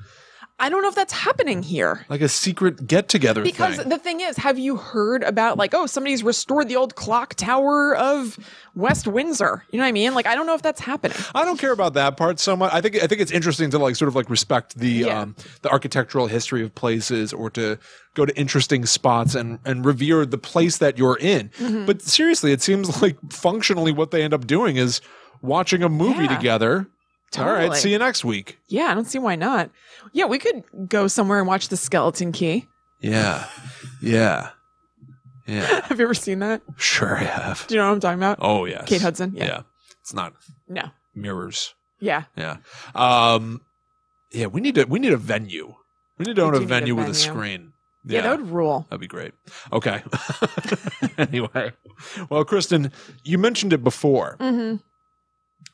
I don't know if that's happening here.
like a secret get together
Because
thing?
the thing is, have you heard about like, oh, somebody's restored the old clock tower of West Windsor? You know what I mean? Like, I don't know if that's happening.
I don't care about that part so much. I think I think it's interesting to like sort of like respect the
Yeah.
um, the architectural history of places or to go to interesting spots and and revere the place that you're in.
Mm-hmm.
But seriously, it seems [LAUGHS] like functionally what they end up doing is watching a movie
Yeah.
together. All right,
Totally.
see you next week.
Yeah, I don't see why not. Yeah, we could go somewhere and watch the Skeleton Key.
Yeah. Yeah. Yeah.
[LAUGHS] Have you ever seen that?
Sure, I have.
[LAUGHS] Do you know what I'm talking about?
Oh, yes.
Kate Hudson? Yeah.
yeah. It's not
No.
mirrors.
Yeah.
Yeah. Um yeah, we need to we need a venue. We need to
We
own
do
a
need a
venue with a
venue.
screen.
Yeah, that would rule.
That'd be great.
[LAUGHS]
Okay. [LAUGHS] anyway. Well, Kristen, you mentioned it before.
hmm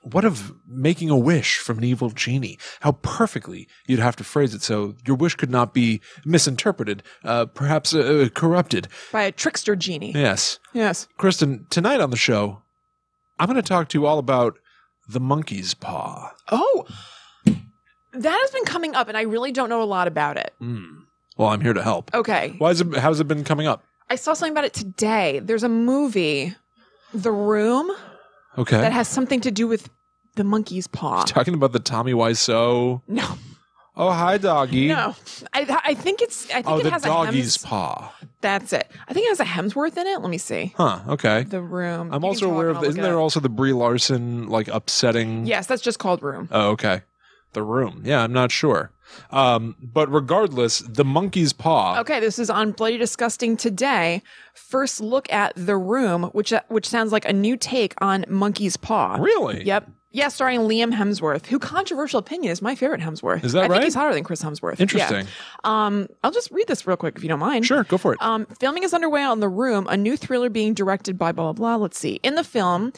What of making a wish from an evil genie? How perfectly you'd have to phrase it so your wish could not be misinterpreted, uh, perhaps uh, corrupted.
By a trickster genie.
Yes.
Yes.
Kristen, tonight on the show, I'm going to talk to you all about the monkey's paw.
Oh, that has been coming up, and I really don't know a lot about it.
Mm. Well, I'm here to help.
Okay.
Why is it, how's it been coming up?
I saw something about it today. There's a movie, The Room,
Okay.
that has something to do with the monkey's paw.
Talking about the Tommy Wiseau.
No,
Oh, hi, doggy.
no. I, I think it's. I think
Oh,
it
the
has
doggy's
a Hems-
paw.
That's it. I think it has a Hemsworth in it. Let me see.
Huh. Okay.
The Room. You
I'm
can
also
talk
aware
and
of.
I'll
Isn't
look it
there
up.
also the Brie Larson like upsetting?
Yes, that's just called Room.
Oh, okay. The room. Yeah, I'm not sure. Um, but regardless, the monkey's paw.
Okay, this is on Bloody Disgusting today. First look at The Room, which which sounds like a new take on Monkey's Paw.
Really?
Yep. Yeah, starring Liam Hemsworth, who controversial opinion is my favorite Hemsworth.
Is that
I
right?
think he's hotter than Chris Hemsworth. Yeah.
Interesting.
Um, I'll just read this real quick if you don't mind.
Sure. Go for it.
Um, filming is underway on The Room, a new thriller being directed by blah blah blah. Let's see. In the film,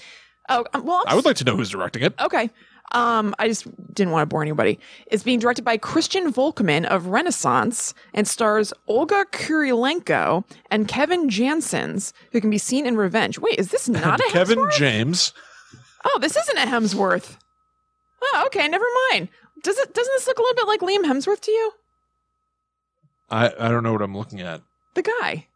oh um, well, I'm
I would like to know who's
[LAUGHS]
directing it.
Okay. Um, I just didn't want to bore anybody. It's being directed by Christian Volkman of Renaissance and stars Olga Kurylenko and Kevin Jansons, who can be seen in Revenge. Wait, is this not a
[LAUGHS] Kevin
Hemsworth?
James.
Oh, this isn't a Hemsworth. Oh, okay, never mind. Does it doesn't this look a little bit like Liam Hemsworth to you?
I, I don't know what I'm looking at.
The guy.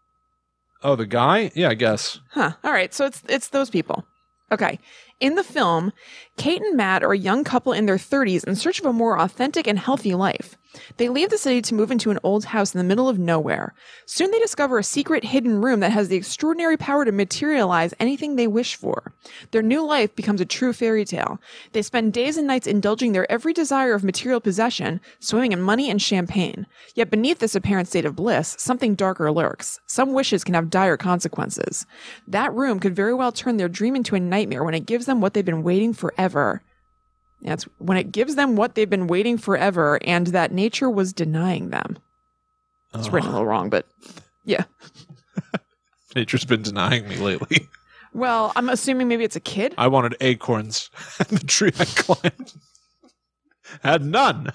Oh, the guy? Yeah, I guess.
Huh. All right. So it's it's those people. Okay. In the film, Kate and Matt are a young couple in their 30s in search of a more authentic and healthy life. They leave the city to move into an old house in the middle of nowhere. Soon they discover a secret hidden room that has the extraordinary power to materialize anything they wish for. Their new life becomes a true fairy tale. They spend days and nights indulging their every desire of material possession, swimming in money and champagne. Yet beneath this apparent state of bliss, something darker lurks. Some wishes can have dire consequences. That room could very well turn their dream into a nightmare when it gives them what they've been waiting forever. That's when it gives them what they've been waiting forever and that nature was denying them. It's written a
Oh, [LAUGHS]
little wrong, but yeah.
nature's been denying me lately.
Well, I'm assuming maybe it's a kid.
I wanted acorns. [LAUGHS] the tree I climbed had none.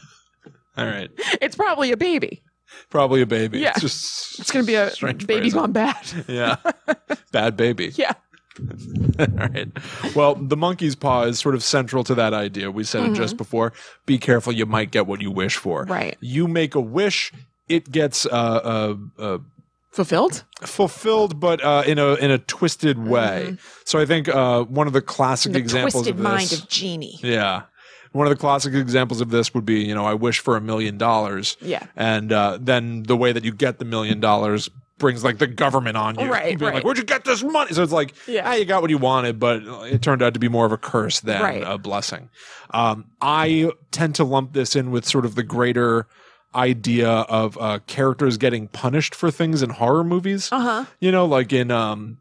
All right.
It's probably a baby.
Probably a baby.
Yeah.
It's, just
It's going to be a
strange
baby
phrasing.
gone bad. [LAUGHS]
Yeah. Bad baby.
yeah.
All right. Well, the monkey's paw is sort of central to that idea. We said it just before. Be careful. You might get what you wish for.
Mm-hmm. Right.
You make a wish. It gets uh, uh, uh,
Fulfilled?
fulfilled, but uh, in a in a twisted way. So I think uh, one of the classic
Mm-hmm. the
examples
twisted
of this,
mind of Genie.
[LAUGHS] yeah, one of the classic examples of this would be you know I wish for a million dollars,
Yeah.
and uh, then the way that you get the million dollars brings like the government on you,
Right,
Being like
right.
where'd you get this money? So it's like
Yeah.
ah, you got what you wanted, but it turned out to be more of a curse than
Right.
a blessing. Um, I tend to lump this in with sort of the greater idea of uh, characters getting punished for things in horror movies
Uh huh.
you know like in um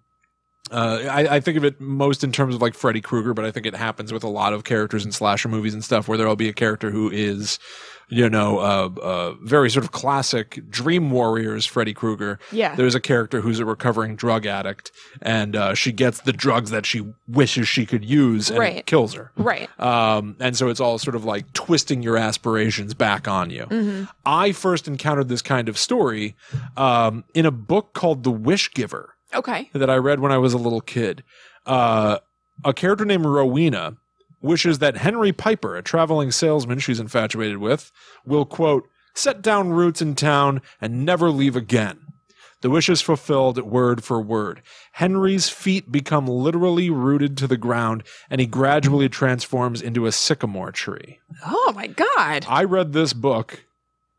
uh, I, I think of it most in terms of like Freddy Krueger, but I think it happens with a lot of characters in slasher movies and stuff where there'll be a character who is, you know, uh, uh, very sort of classic Dream Warriors Freddy Krueger.
Yeah.
There's a character who's a recovering drug addict and uh, she gets the drugs that she wishes she could use and
Right.
it kills her.
Right.
Um, and so it's all sort of like twisting your aspirations back on
Mm.
you.
Mm-hmm.
I first encountered this kind of story um, in a book called The Wish Giver
Okay.
[LAUGHS] that I read when I was a little kid. Uh, a character named Rowena wishes that Henry Piper, a traveling salesman she's infatuated with, will, quote, set down roots in town and never leave again. The wish is fulfilled word for word. Henry's feet become literally rooted to the ground, and he gradually transforms into a sycamore tree.
Oh my God.
I read this book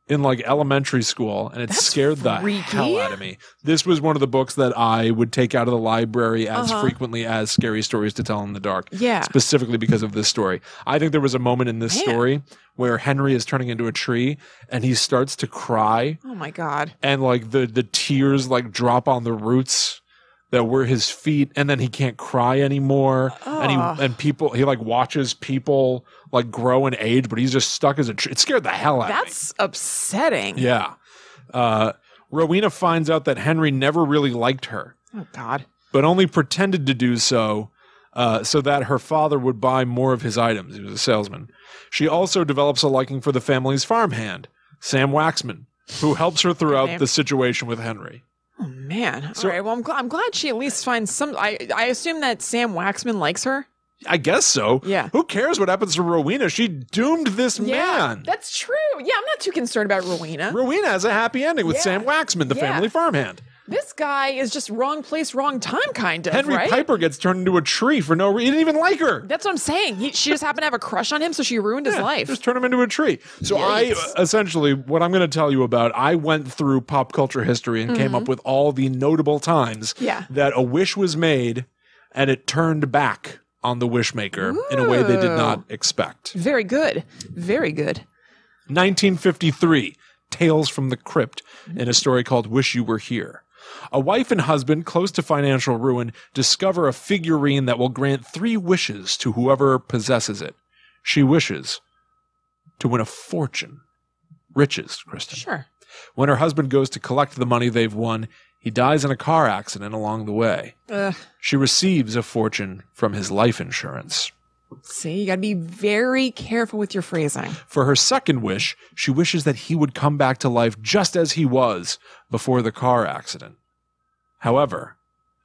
in like elementary school and it
That's
scared the
freaky.
hell out of me. This was one of the books that I would take out of the library as
Uh-huh.
frequently as Scary Stories to Tell in the Dark.
Yeah.
Specifically because of this story. I think there was a moment in this
Man.
story where Henry is turning into a tree and he starts to cry
Oh my God.
and like the the tears like drop on the roots that were his feet and then he can't cry anymore and
Ah.
he and people he like watches people like grow and age but he's just stuck as a tree it scared the hell out of me
That's upsetting.
yeah uh, rowena finds out that henry never really liked her
Oh God.
but only pretended to do so uh, so that her father would buy more of his items. He was a salesman. She also develops a liking for the family's farmhand, Sam Waxman, who helps her throughout
name.
the situation with Henry.
Oh man.
So-
All right. Well, I'm, gl- I'm glad she at least finds some. I I assume that Sam Waxman likes her.
I guess so.
Yeah.
Who cares what happens to Rowena? She doomed this man.
That's true. Yeah, I'm not too concerned about Rowena.
Rowena has a happy ending with
Yeah.
Sam Waxman, the
Yeah.
family farmhand.
this guy is just wrong place, wrong time, kind of.
Henry
right?
Piper gets turned into a tree for no reason. He didn't even like her.
That's what I'm saying. He, she just happened to have a crush on him, so she ruined his
Yeah,
life.
Just turn him into a tree. So
Yikes.
I essentially what I'm going to tell you about. I went through pop culture history and came up with all the notable times
Mm-hmm. Yeah.
that a wish was made and it turned back on the wish maker in a way they did not expect.
Very good. Very good.
1953, Tales from the Crypt, in a story called Wish You Were Here. A wife and husband close to financial ruin discover a figurine that will grant three wishes to whoever possesses it. She wishes to win a fortune. Riches, Kristen.
Sure.
When her husband goes to collect the money they've won, he dies in a car accident along the way.
Ugh.
She receives a fortune from his life insurance.
See, you got to be very careful with your phrasing.
For her second wish, she wishes that he would come back to life just as he was before the car accident. However,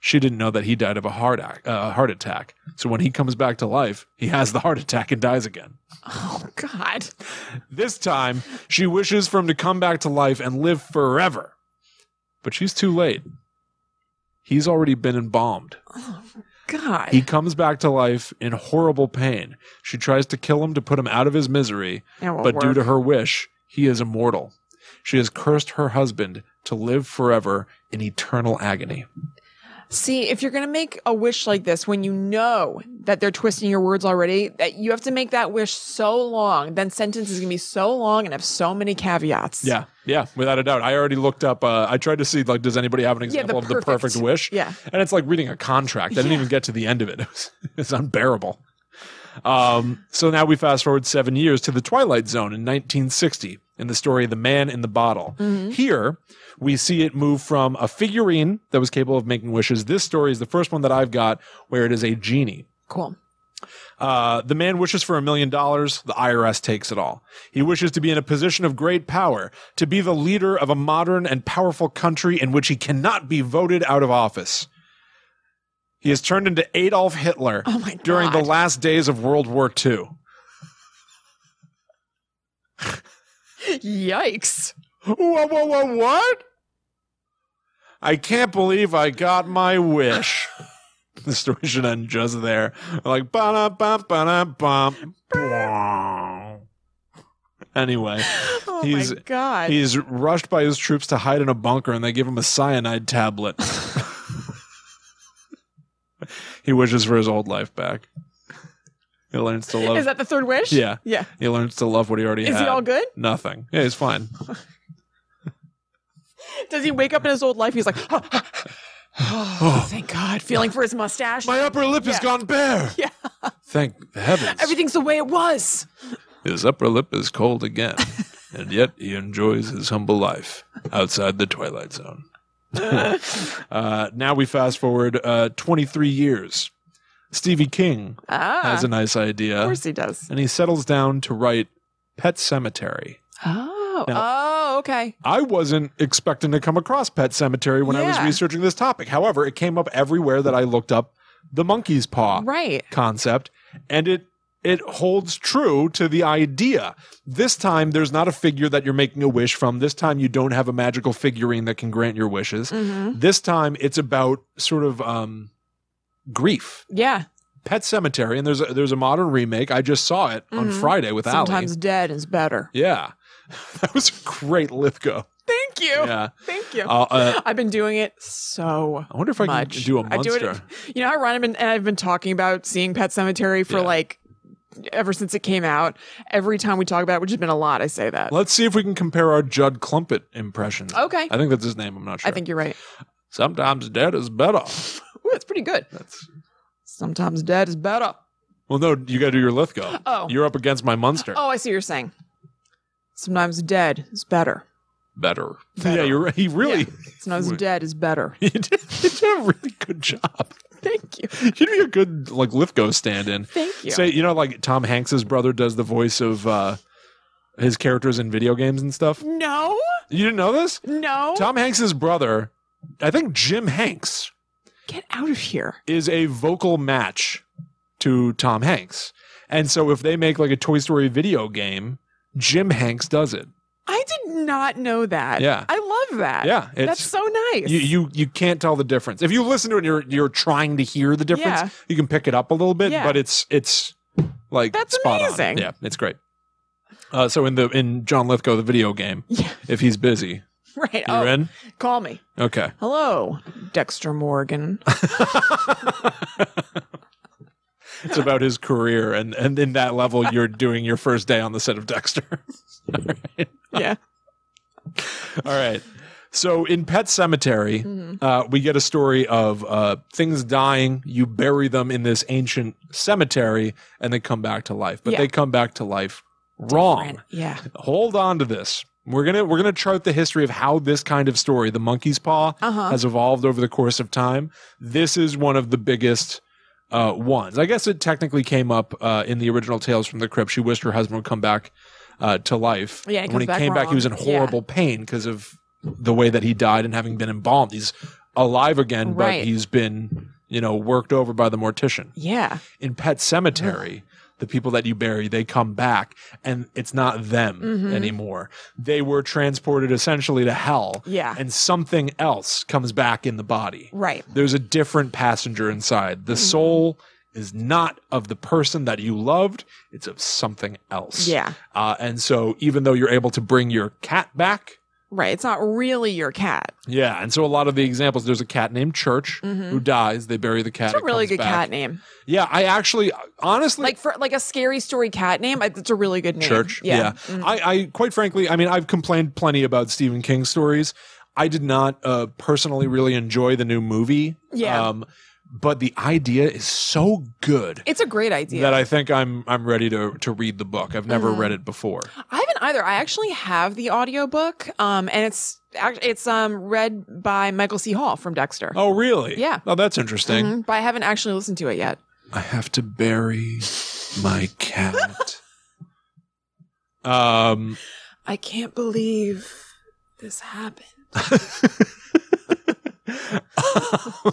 she didn't know that he died of a heart, ac- uh, heart attack. So when he comes back to life, he has the heart attack and dies again.
Oh God.
This time, she wishes for him to come back to life and live forever. But she's too late. He's already been embalmed.
Oh, God.
He comes back to life in horrible pain. She tries to kill him to put him out of his misery,
That won't
but due
work.
to her wish, he is immortal. She has cursed her husband to live forever in eternal agony. uh,
See, if you're going to make a wish like this when you know that they're twisting your words already, that you have to make that wish so long, then sentence is going to be so long and have so many caveats.
Yeah, yeah, without a doubt. I already looked up. Uh, I tried to see like, does anybody have an
Yeah, the
example of the perfect
perfect-
wish?
Yeah.
and it's like reading a contract. I didn't
Yeah.
even get to the end of it. [LAUGHS] It was, it's unbearable. Um, so now we fast forward seven years to the Twilight Zone in 1960 in the story The Man in the Bottle.
Mm-hmm.
Here we see it move from a figurine that was capable of making wishes. This story is the first one that I've got where it is a genie.
Cool.
Uh, the man wishes for a million dollars. The IRS takes it all. He wishes to be in a position of great power, to be the leader of a modern and powerful country in which he cannot be voted out of office. He is turned into Adolf Hitler
Oh my God.
during the last days of World War II.
Yikes.
Whoa, whoa, whoa, what? I can't believe I got my wish. [LAUGHS] the story should end just there. Like, ba da ba ba da Anyway,
Oh
He's-
my God.
he's rushed by his troops to hide in a bunker and they give him a cyanide tablet. [LAUGHS] he wishes for his old life back. He learns to love.
is that the third wish?
Yeah.
Yeah.
he learns to love what he already
Is
had.
he all good?
Nothing. Yeah, he's fine.
Does he wake up in his old life?
[SIGHS]
He's like, [SIGHS] oh, thank God, feeling for his mustache.
[SIGHS] My upper lip has
Yeah.
gone bare.
[LAUGHS] Yeah.
Thank heavens.
Everything's the way it was.
His upper lip is cold
[LAUGHS]
again, and yet he enjoys his humble life outside the
[LAUGHS]
Twilight Zone. [LAUGHS] uh, now we fast forward uh, 23 years. Stevie King
Ah,
has a nice
of
idea,
course he does.
and he settles down to write Pet Cemetery.
Oh,
Now-
oh, okay.
I wasn't expecting to come across Pet Cemetery when I was
Yeah.
researching this topic. However, it came up everywhere that I looked up the monkey's paw.
Right.
concept and it it holds true to the idea. This time there's not a figure that you're making a wish from. This time you don't have a magical figurine that can grant your wishes.
hmm
This time it's about sort of um grief.
Yeah.
Pet Cemetery and there's a, there's a modern remake. I just saw it on
Mhm.
Friday with
Sometimes
Ali.
dead is better.
Yeah. [LAUGHS] That was a great Lithgow.
Thank you.
Yeah.
Thank you.
Uh, uh,
I've been doing it so
I wonder if I
much.
can do a
I do
monster.
it. You know how Ron I've been, and I've been talking about seeing Pet Cemetery for
Yeah.
like ever since it came out. Every time we talk about it, which has been a lot, I say that.
Let's see if we can compare our Judd Clumpet impressions.
Okay.
I think that's his name. I'm not sure.
I think you're right.
Sometimes dead is better. [LAUGHS]
Ooh, that's pretty good.
That's
Sometimes dead is better.
well, no, you got to do your Lithgow.
Oh.
You're up against my Munster.
Oh, I see what you're saying. Sometimes dead is better.
Better. Yeah,
Better.
you're right. He really
Sometimes
Wait.
dead is better.
[LAUGHS] you did, you did a really good job.
Thank you.
You'd be a good like Lithgow stand-in.
Thank you.
Say, you know, like Tom Hanks's brother does the voice of uh, his characters in video games and stuff.
no,
You didn't know this?
no.
Tom Hanks's brother, I think Jim Hanks,
Get out of here.
is a vocal match to Tom Hanks. And so if they make like a Toy Story video game, Jim Hanks does it.
I did not know that.
Yeah.
I love that.
Yeah, it's
That's so nice.
you, you you can't tell the difference. If you listen to it and you're you're trying to hear the difference,
Yeah.
you can pick it up a little bit,
Yeah.
but it's it's like
That's
spot
amazing.
on. Yeah, it's great. Uh, so in the in John Lithgow the video game,
[LAUGHS] yeah,
if he's busy,
right.
you're
oh,
in.
Call me.
Okay.
Hello, Dexter
[LAUGHS]
Morgan.
it's about his career and and in that level you're doing your first day on the set of dexter [LAUGHS]
yeah.
all right so in pet cemetery
Mhm.
uh, we get a story of uh, things dying you bury them in this ancient cemetery and they come back to life but
Yeah.
they come back to life wrong
Right. Yeah.
hold on to this we're gonna we're gonna chart the history of how this kind of story the monkey's paw
Uh huh.
has evolved over the course of time. This is one of the biggest uh, ones. I guess it technically came up uh, in the original Tales from the Crypt. She wished her husband would come back uh, to life.
Yeah, he
and
comes
when he
back
came back, he was in
wrong. Yeah.
horrible pain because of the way that he died and having been embalmed. He's alive again,
Right.
but he's been you know worked over by the mortician
Yeah.
in Pet Cemetery, the people that you bury, they come back and it's not them
Mhm.
anymore. They were transported essentially to hell.
Yeah.
And something else comes back in the body.
Right.
There's a different passenger inside.
Mm-hmm.
The soul is not of the person that you loved, it's of something else.
Yeah.
Uh, and so even though you're able to bring your cat back,
Right. It's not really your cat.
yeah, and so a lot of the examples. There's a cat named Church who dies. They bury the cat.
Mm-hmm. It's a
it
really
comes
good
back.
cat name.
Yeah, I actually, honestly,
Like for like a scary story cat name. I- It's a really good name.
church. Yeah. I, I quite frankly, I mean, I've complained plenty about Stephen King stories. I did not uh, personally really enjoy the new movie.
Yeah.
Um, but the idea is so good
It's a great idea.
that I think I'm I'm ready to to read the book. I've never read it before.
I haven't either. I actually have the audiobook, um, and it's act- it's um read by Michael C. Hall from Dexter.
Oh, really?
Yeah.
Oh, that's interesting.
Mhm, But I haven't actually listened to it yet.
I have to bury my cat. um.
I can't believe this happened.
Um,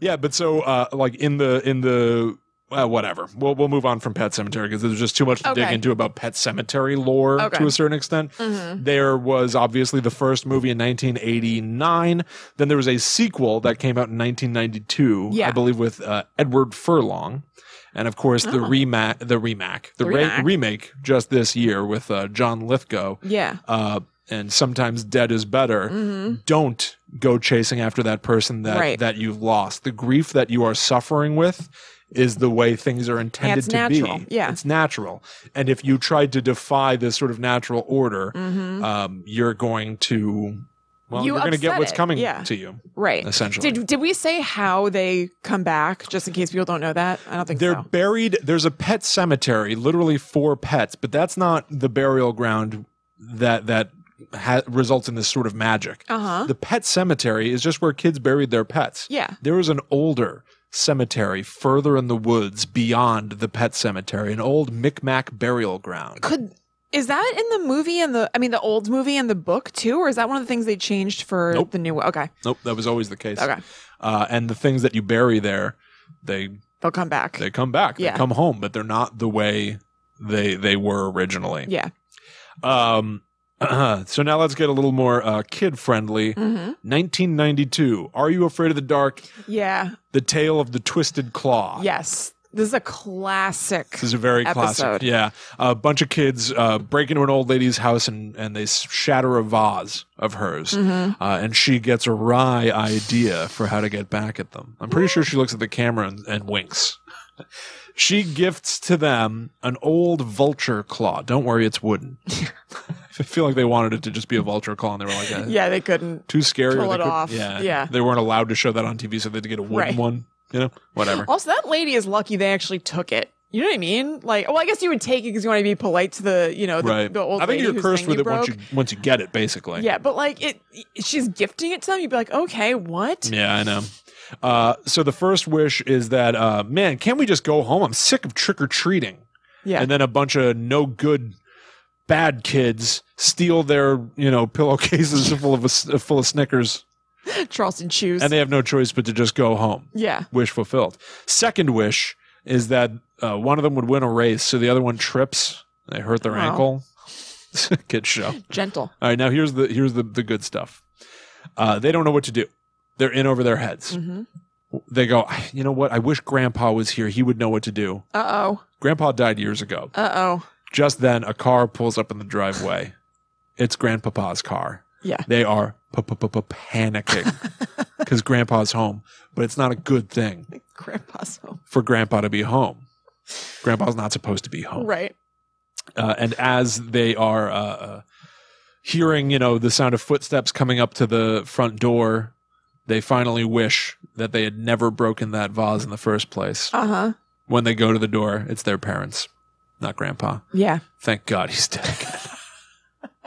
yeah, but so uh, like in the in the uh, whatever. We'll we'll move on from Pet Cemetery because there's just too much to dig
Okay.
into about Pet Cemetery lore
Okay. Mm-hmm.
to a certain extent. There was obviously the first movie in 1989. Then there was a sequel that came out in 1992,
Yeah.
I believe, with uh, Edward Furlong. And of course, the
Oh.
remac, the remac, the re-
Remac.
remake just this year with uh, John Lithgow
Yeah. Mm-hmm.
uh, and sometimes dead is better. Don't go chasing after that person that
Right.
that you've lost. The grief that you are suffering with is the way things are intended
it's
to
natural.
be.
Yeah.
It's natural. And if you try to defy this sort of natural order,
Mm-hmm.
um, you're going to well,
You
you are going to get
upset
what's
it.
coming
Yeah.
to you
Right.
essentially.
Did did we say how they come back? Just in case people don't know that, I don't think
They're
so.
buried. There's a pet cemetery, literally for pets, but that's not the burial ground that that ha- results in this sort of magic.
Uh huh.
The pet cemetery is just where kids buried their pets.
Yeah.
There was an older cemetery further in the woods beyond the pet cemetery, an old Micmac burial ground.
Could is that in the movie and the I mean the old movie and the book too, or is that one of the things they changed for
Nope.
the new one? Okay.
Nope, that was always the case.
Okay.
Uh, and the things that you bury there, they
They'll come back.
they come back,
Yeah.
they come home, but they're not the way they they were originally.
yeah.
Um, [CLEARS THROAT] so now let's get a little more uh, kid friendly.
hmm
1992. Are you afraid of the dark?
Yeah.
The tale of the twisted claw.
Yes. This is a classic.
This is a very
episode.
classic. Yeah. A bunch of kids uh, break into an old lady's house and, and they s- shatter a vase of hers.
Mhm.
Uh, and she gets a wry idea for how to get back at them. I'm pretty sure she looks at the camera and, and winks.
[LAUGHS]
She gifts to them an old vulture claw. Don't worry, it's wooden. I feel like they wanted it to just be a vulture call, and they were like, eh,
Yeah, they couldn't.
too scary. or
Pull
they
it
couldn't-
off.
Yeah,
Yeah.
They weren't allowed to show that on TV, so they had to get a wooden
Right.
one. You know, whatever.
Also, that lady is lucky they actually took it. You know what I mean? Like, well, I guess you would take it because you want to be polite to the, you know, the,
right.
the old.
I think
lady
you're
whose
cursed
thing
with it once
broke.
you once you get it, basically.
Yeah, but like it, she's gifting it to them. You'd be like, okay, what?
Yeah, I know. Uh, so the first wish is that, uh, man, can we just go home? I'm sick of trick or treating.
Yeah,
And then a bunch of no good, bad kids steal their you know pillowcases [LAUGHS] full of full of Snickers,
[LAUGHS] Charleston shoes.
and they have no choice but to just go home.
yeah,
Wish fulfilled. Second wish is that uh, one of them would win a race, so the other one trips. They hurt their
Oh.
ankle. [LAUGHS] Kid show.
gentle.
All right, now here's the here's the the good stuff. Uh, they don't know what to do. They're in over their heads.
hmm
They go, you know what? I wish Grandpa was here. He would know what to do.
Uh oh.
Grandpa died years ago.
Uh oh.
Just then, a car pulls up in the driveway. It's Grandpapa's car.
Yeah. [LAUGHS]
They are p- p- p- p- panicking because Grandpa's home, but it's not a good thing
Grandpa's home.
for Grandpa to be home. Grandpa's not supposed to be home.
Right.
uh, and as they are uh, uh, hearing, you know, the sound of footsteps coming up to the front door, they finally wish that they had never broken that vase in the first place.
Uh huh.
When they go to the door, it's their parents, not grandpa.
Yeah.
Thank God he's dead. [LAUGHS]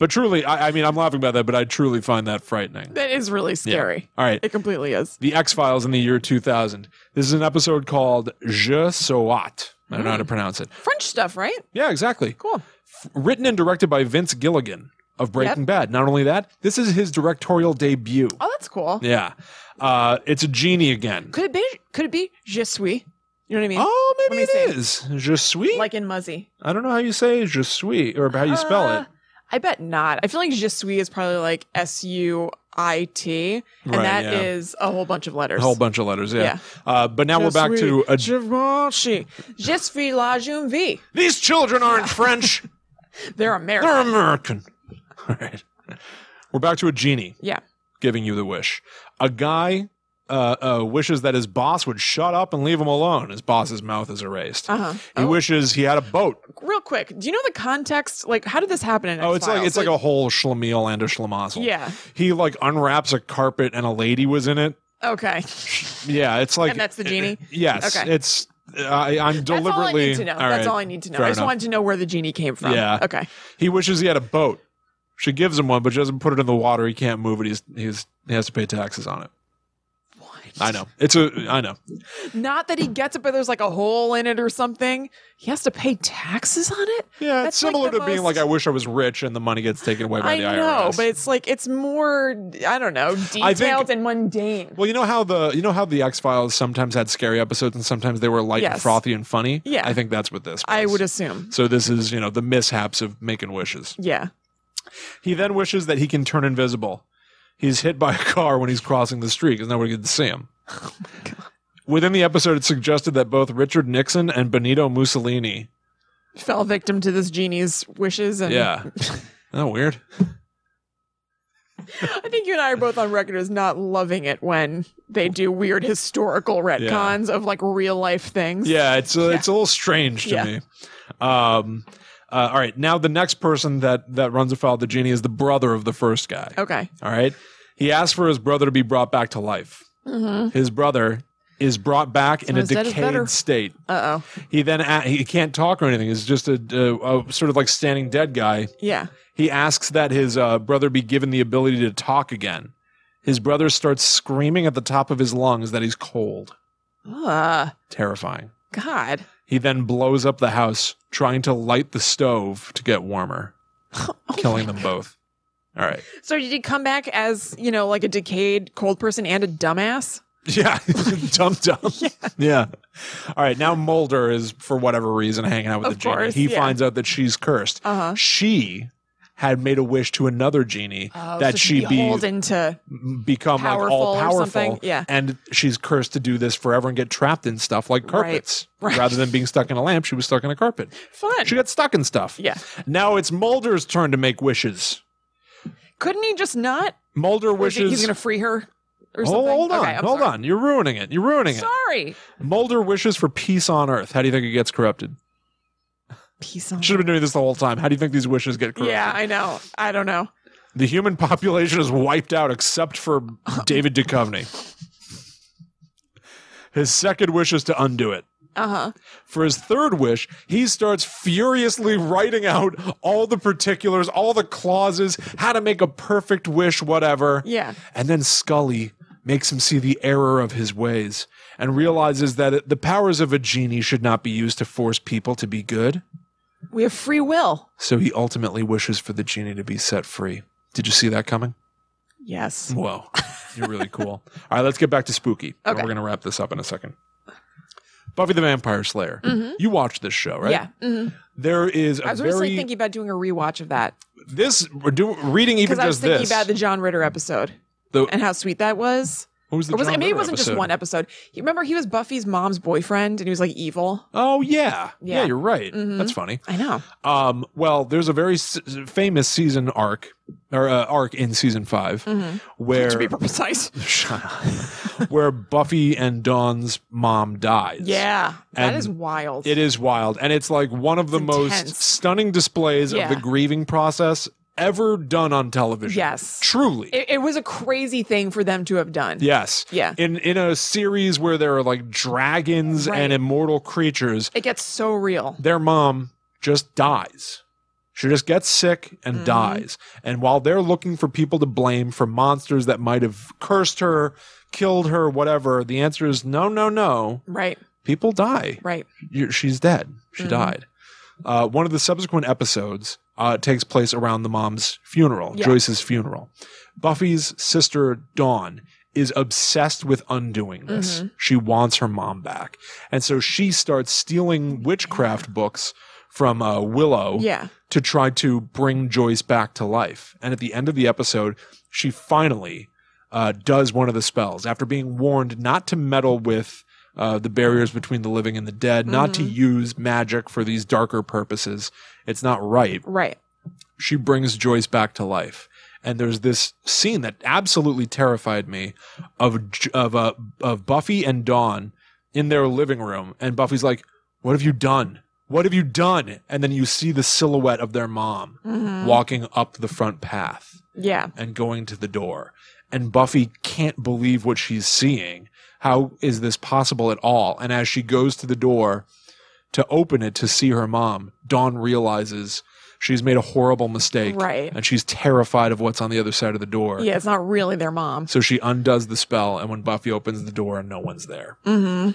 but truly, I, I mean, I'm laughing about that, but I truly find that frightening.
That is really scary.
All right.
It completely is.
The X Files in the year 2000. This is an episode called Je Soit. I don't know how to pronounce it.
French stuff, right?
Yeah, exactly.
Cool.
written and directed by Vince Gilligan of Breaking
Yep.
Bad. Not only that, this is his directorial debut.
Oh, that's cool.
Yeah. Uh, it's a genie again.
Could it be? Could it be? Je suis. You know what I mean?
Oh, maybe
Let me
it is. Je suis?
Like in Muzzy.
I don't know how you say je suis or how you spell
Uh,
it.
I bet not. I feel like je suis is probably like S U I T, and
Right,
that is
yeah.
a whole bunch of
A
letters.
whole bunch of letters, yeah. Uh, but now we're back to a,
Givenchy. Je suis la jeune vie.
these children
[LAUGHS]
aren't French,
They're American.
they're American. All right. We're back to a genie
yeah.
giving you the wish. A guy uh, uh, wishes that his boss would shut up and leave him alone. His boss's mouth is erased.
Uh huh.
He wishes he had a boat.
Real quick, do you know the context? Like, how did this happen in?
Oh, it's like
X-Files?
it's like a whole schlemiel and a schlemazel.
Yeah.
He like unwraps a carpet and a lady was in it.
Okay.
Yeah, it's like
And that's
[LAUGHS]
the genie?
yes.
Okay.
It's I, I'm
That's all I
deliberately
need to know. That's
right.
all I need to know.
Fair
I just
enough.
wanted to know where the genie came from.
Yeah.
Okay.
He wishes he had a boat. She gives him one, but she doesn't put it in the water. He can't move it. He's he's he has to pay taxes on it.
What?
I know. It's a I know.
Not that he gets it, but there's like a hole in it or something. He has to pay taxes on it.
Yeah, it's
That's like
similar
the
to being like
most-
I wish I was rich and the money gets taken away by
I
the IRS.
know, but it's like it's more I don't know
I think-
detailed and mundane.
Well, you know how the you know how the X Files sometimes had scary episodes and sometimes they were light and
Yes.
frothy and funny.
Yeah.
I think that's what this.
I
was.
would assume.
So this is you know the mishaps of making wishes.
Yeah.
He then wishes that he can turn invisible. He's hit by a car when he's crossing the street because nobody can
[LAUGHS]
see him.
Oh
Within the episode, it's suggested that both Richard Nixon and Benito Mussolini.
Fell victim to this genie's wishes and
Yeah. Oh, weird.
[LAUGHS] I think you and I are both on record as not loving it when they do weird historical retcons of like real life things.
Yeah, it's a, it's a little strange to
Yeah.
me. Um, uh, all right, now the next person that that runs afoul of the genie is the brother of the first guy.
Okay.
All right, he asks for his brother to be brought back to life.
Mm-hmm.
His brother is brought back in
Someone
a
said it's better.
decayed state.
Uh oh.
He then a- he can't talk or anything. He's just a, a, a sort of like standing dead guy.
Yeah.
He asks that his uh, brother be given the ability to talk again. His brother starts screaming at the top of his lungs that he's cold.
Uh,
Terrifying.
God.
He then blows up the house, trying to light the stove to get warmer, killing them both. All right.
So did he come back as you know like a decayed cold person and a dumbass?
[LAUGHS] Yeah. dumb,
[LAUGHS]
dumb. Yeah. All right. Now Mulder is, for whatever reason, hanging out with
Of
the genie.
course,
He
yeah.
finds out that she's cursed.
Uh huh.
she had made a wish to another genie
Oh,
that
so
she
she's
be
beholden to
become like
powerful
all
or
powerful
something. Yeah.
and she's cursed to do this forever and get trapped in stuff like
Right.
carpets
Right.
rather than being stuck in a lamp she was stuck in a carpet
fun.
she got stuck in stuff
yeah.
now it's mulder's turn to make wishes
Couldn't he just not?
mulder
Or is he-
wishes
he's gonna free her or
Oh,
something.
hold on
Okay, I'm
hold
sorry.
on you're ruining it you're ruining it
Sorry.
mulder wishes for peace on earth how do you think he gets corrupted
peace on
Should have been doing this the whole time. How do you think these wishes get corrected?
Yeah, I know. I don't know.
The human [LAUGHS] population is wiped out except for David Duchovny. His second wish is to undo it.
Uh huh.
For his third wish, he starts furiously writing out all the particulars, all the clauses, how to make a perfect wish, whatever.
Yeah.
And then Scully makes him see the error of his ways and realizes that the powers of a genie should not be used to force people to be good.
We have free will.
So he ultimately wishes for the genie to be set free. Did you see that coming?
Yes.
Whoa, [LAUGHS] you're really cool. All right, let's get back to spooky. and
Okay.
We're going to wrap this up in a second. Buffy the Vampire Slayer. You watched this show, right?
Mm-hmm. Yeah. hmm
There is a
I was recently
very
thinking about doing a rewatch of that
this we're do, reading even
because I was
just
thinking
this.
about the John Ritter episode
The-
and how sweet that was.
what was the
Or was it,
John
maybe it
Ritter
wasn't just
episode?
one episode. You remember he was Buffy's mom's boyfriend and he was like evil.
Oh yeah. yeah,
Yeah. Mm-hmm.
You're right. That's funny.
I know.
Um, well, there's a very s- famous season arc or uh, arc in season 5 where
To Mm-hmm. be precise.
Shut up. [LAUGHS] where Buffy and Dawn's mom dies.
Yeah. That
And
is wild.
It is wild. And it's like one of the most
intense.
stunning displays
Yeah.
of the grieving process ever done on television.
Yes.
Truly.
it, it was a crazy thing for them to have done.
yes.
Yeah.
In in a series where there are like dragons
Right.
and immortal creatures,
It gets so real.
their mom just dies. She just gets sick and
Mm-hmm.
dies. And while they're looking for people to blame for monsters that might have cursed her, killed her, whatever, the answer is no, no, no.
Right.
People die.
Right.
you she's dead. She
Mm-hmm.
died. Uh, one of the subsequent episodes uh, takes place around the mom's funeral,
Yeah.
Joyce's funeral. Buffy's sister Dawn is obsessed with undoing this.
Mm-hmm.
She wants her mom back, and so she starts stealing witchcraft books from uh, Willow
Yeah.
to try to bring Joyce back to life. And at the end of the episode, she finally uh, does one of the spells after being warned not to meddle with uh, the barriers between the living and the dead, not to use magic for these darker purposes. It's not right
Right.
she brings Joyce back to life. And there's this scene that absolutely terrified me of J- of uh, of Buffy and Dawn in their living room, and Buffy's like, "What have you done? What have you done?" And then you see the silhouette of their mom
Mm.
walking up the front path
Mm-hmm. Yeah.
and going to the door. And Buffy can't believe what she's seeing. How is this possible at all? And as she goes to the door to open it to see her mom, Dawn realizes she's made a horrible mistake.
Right.
And she's terrified of what's on the other side of the door.
Yeah. It's not really their mom.
So she undoes the spell. And when Buffy opens the door, no one's there
Mm-hmm.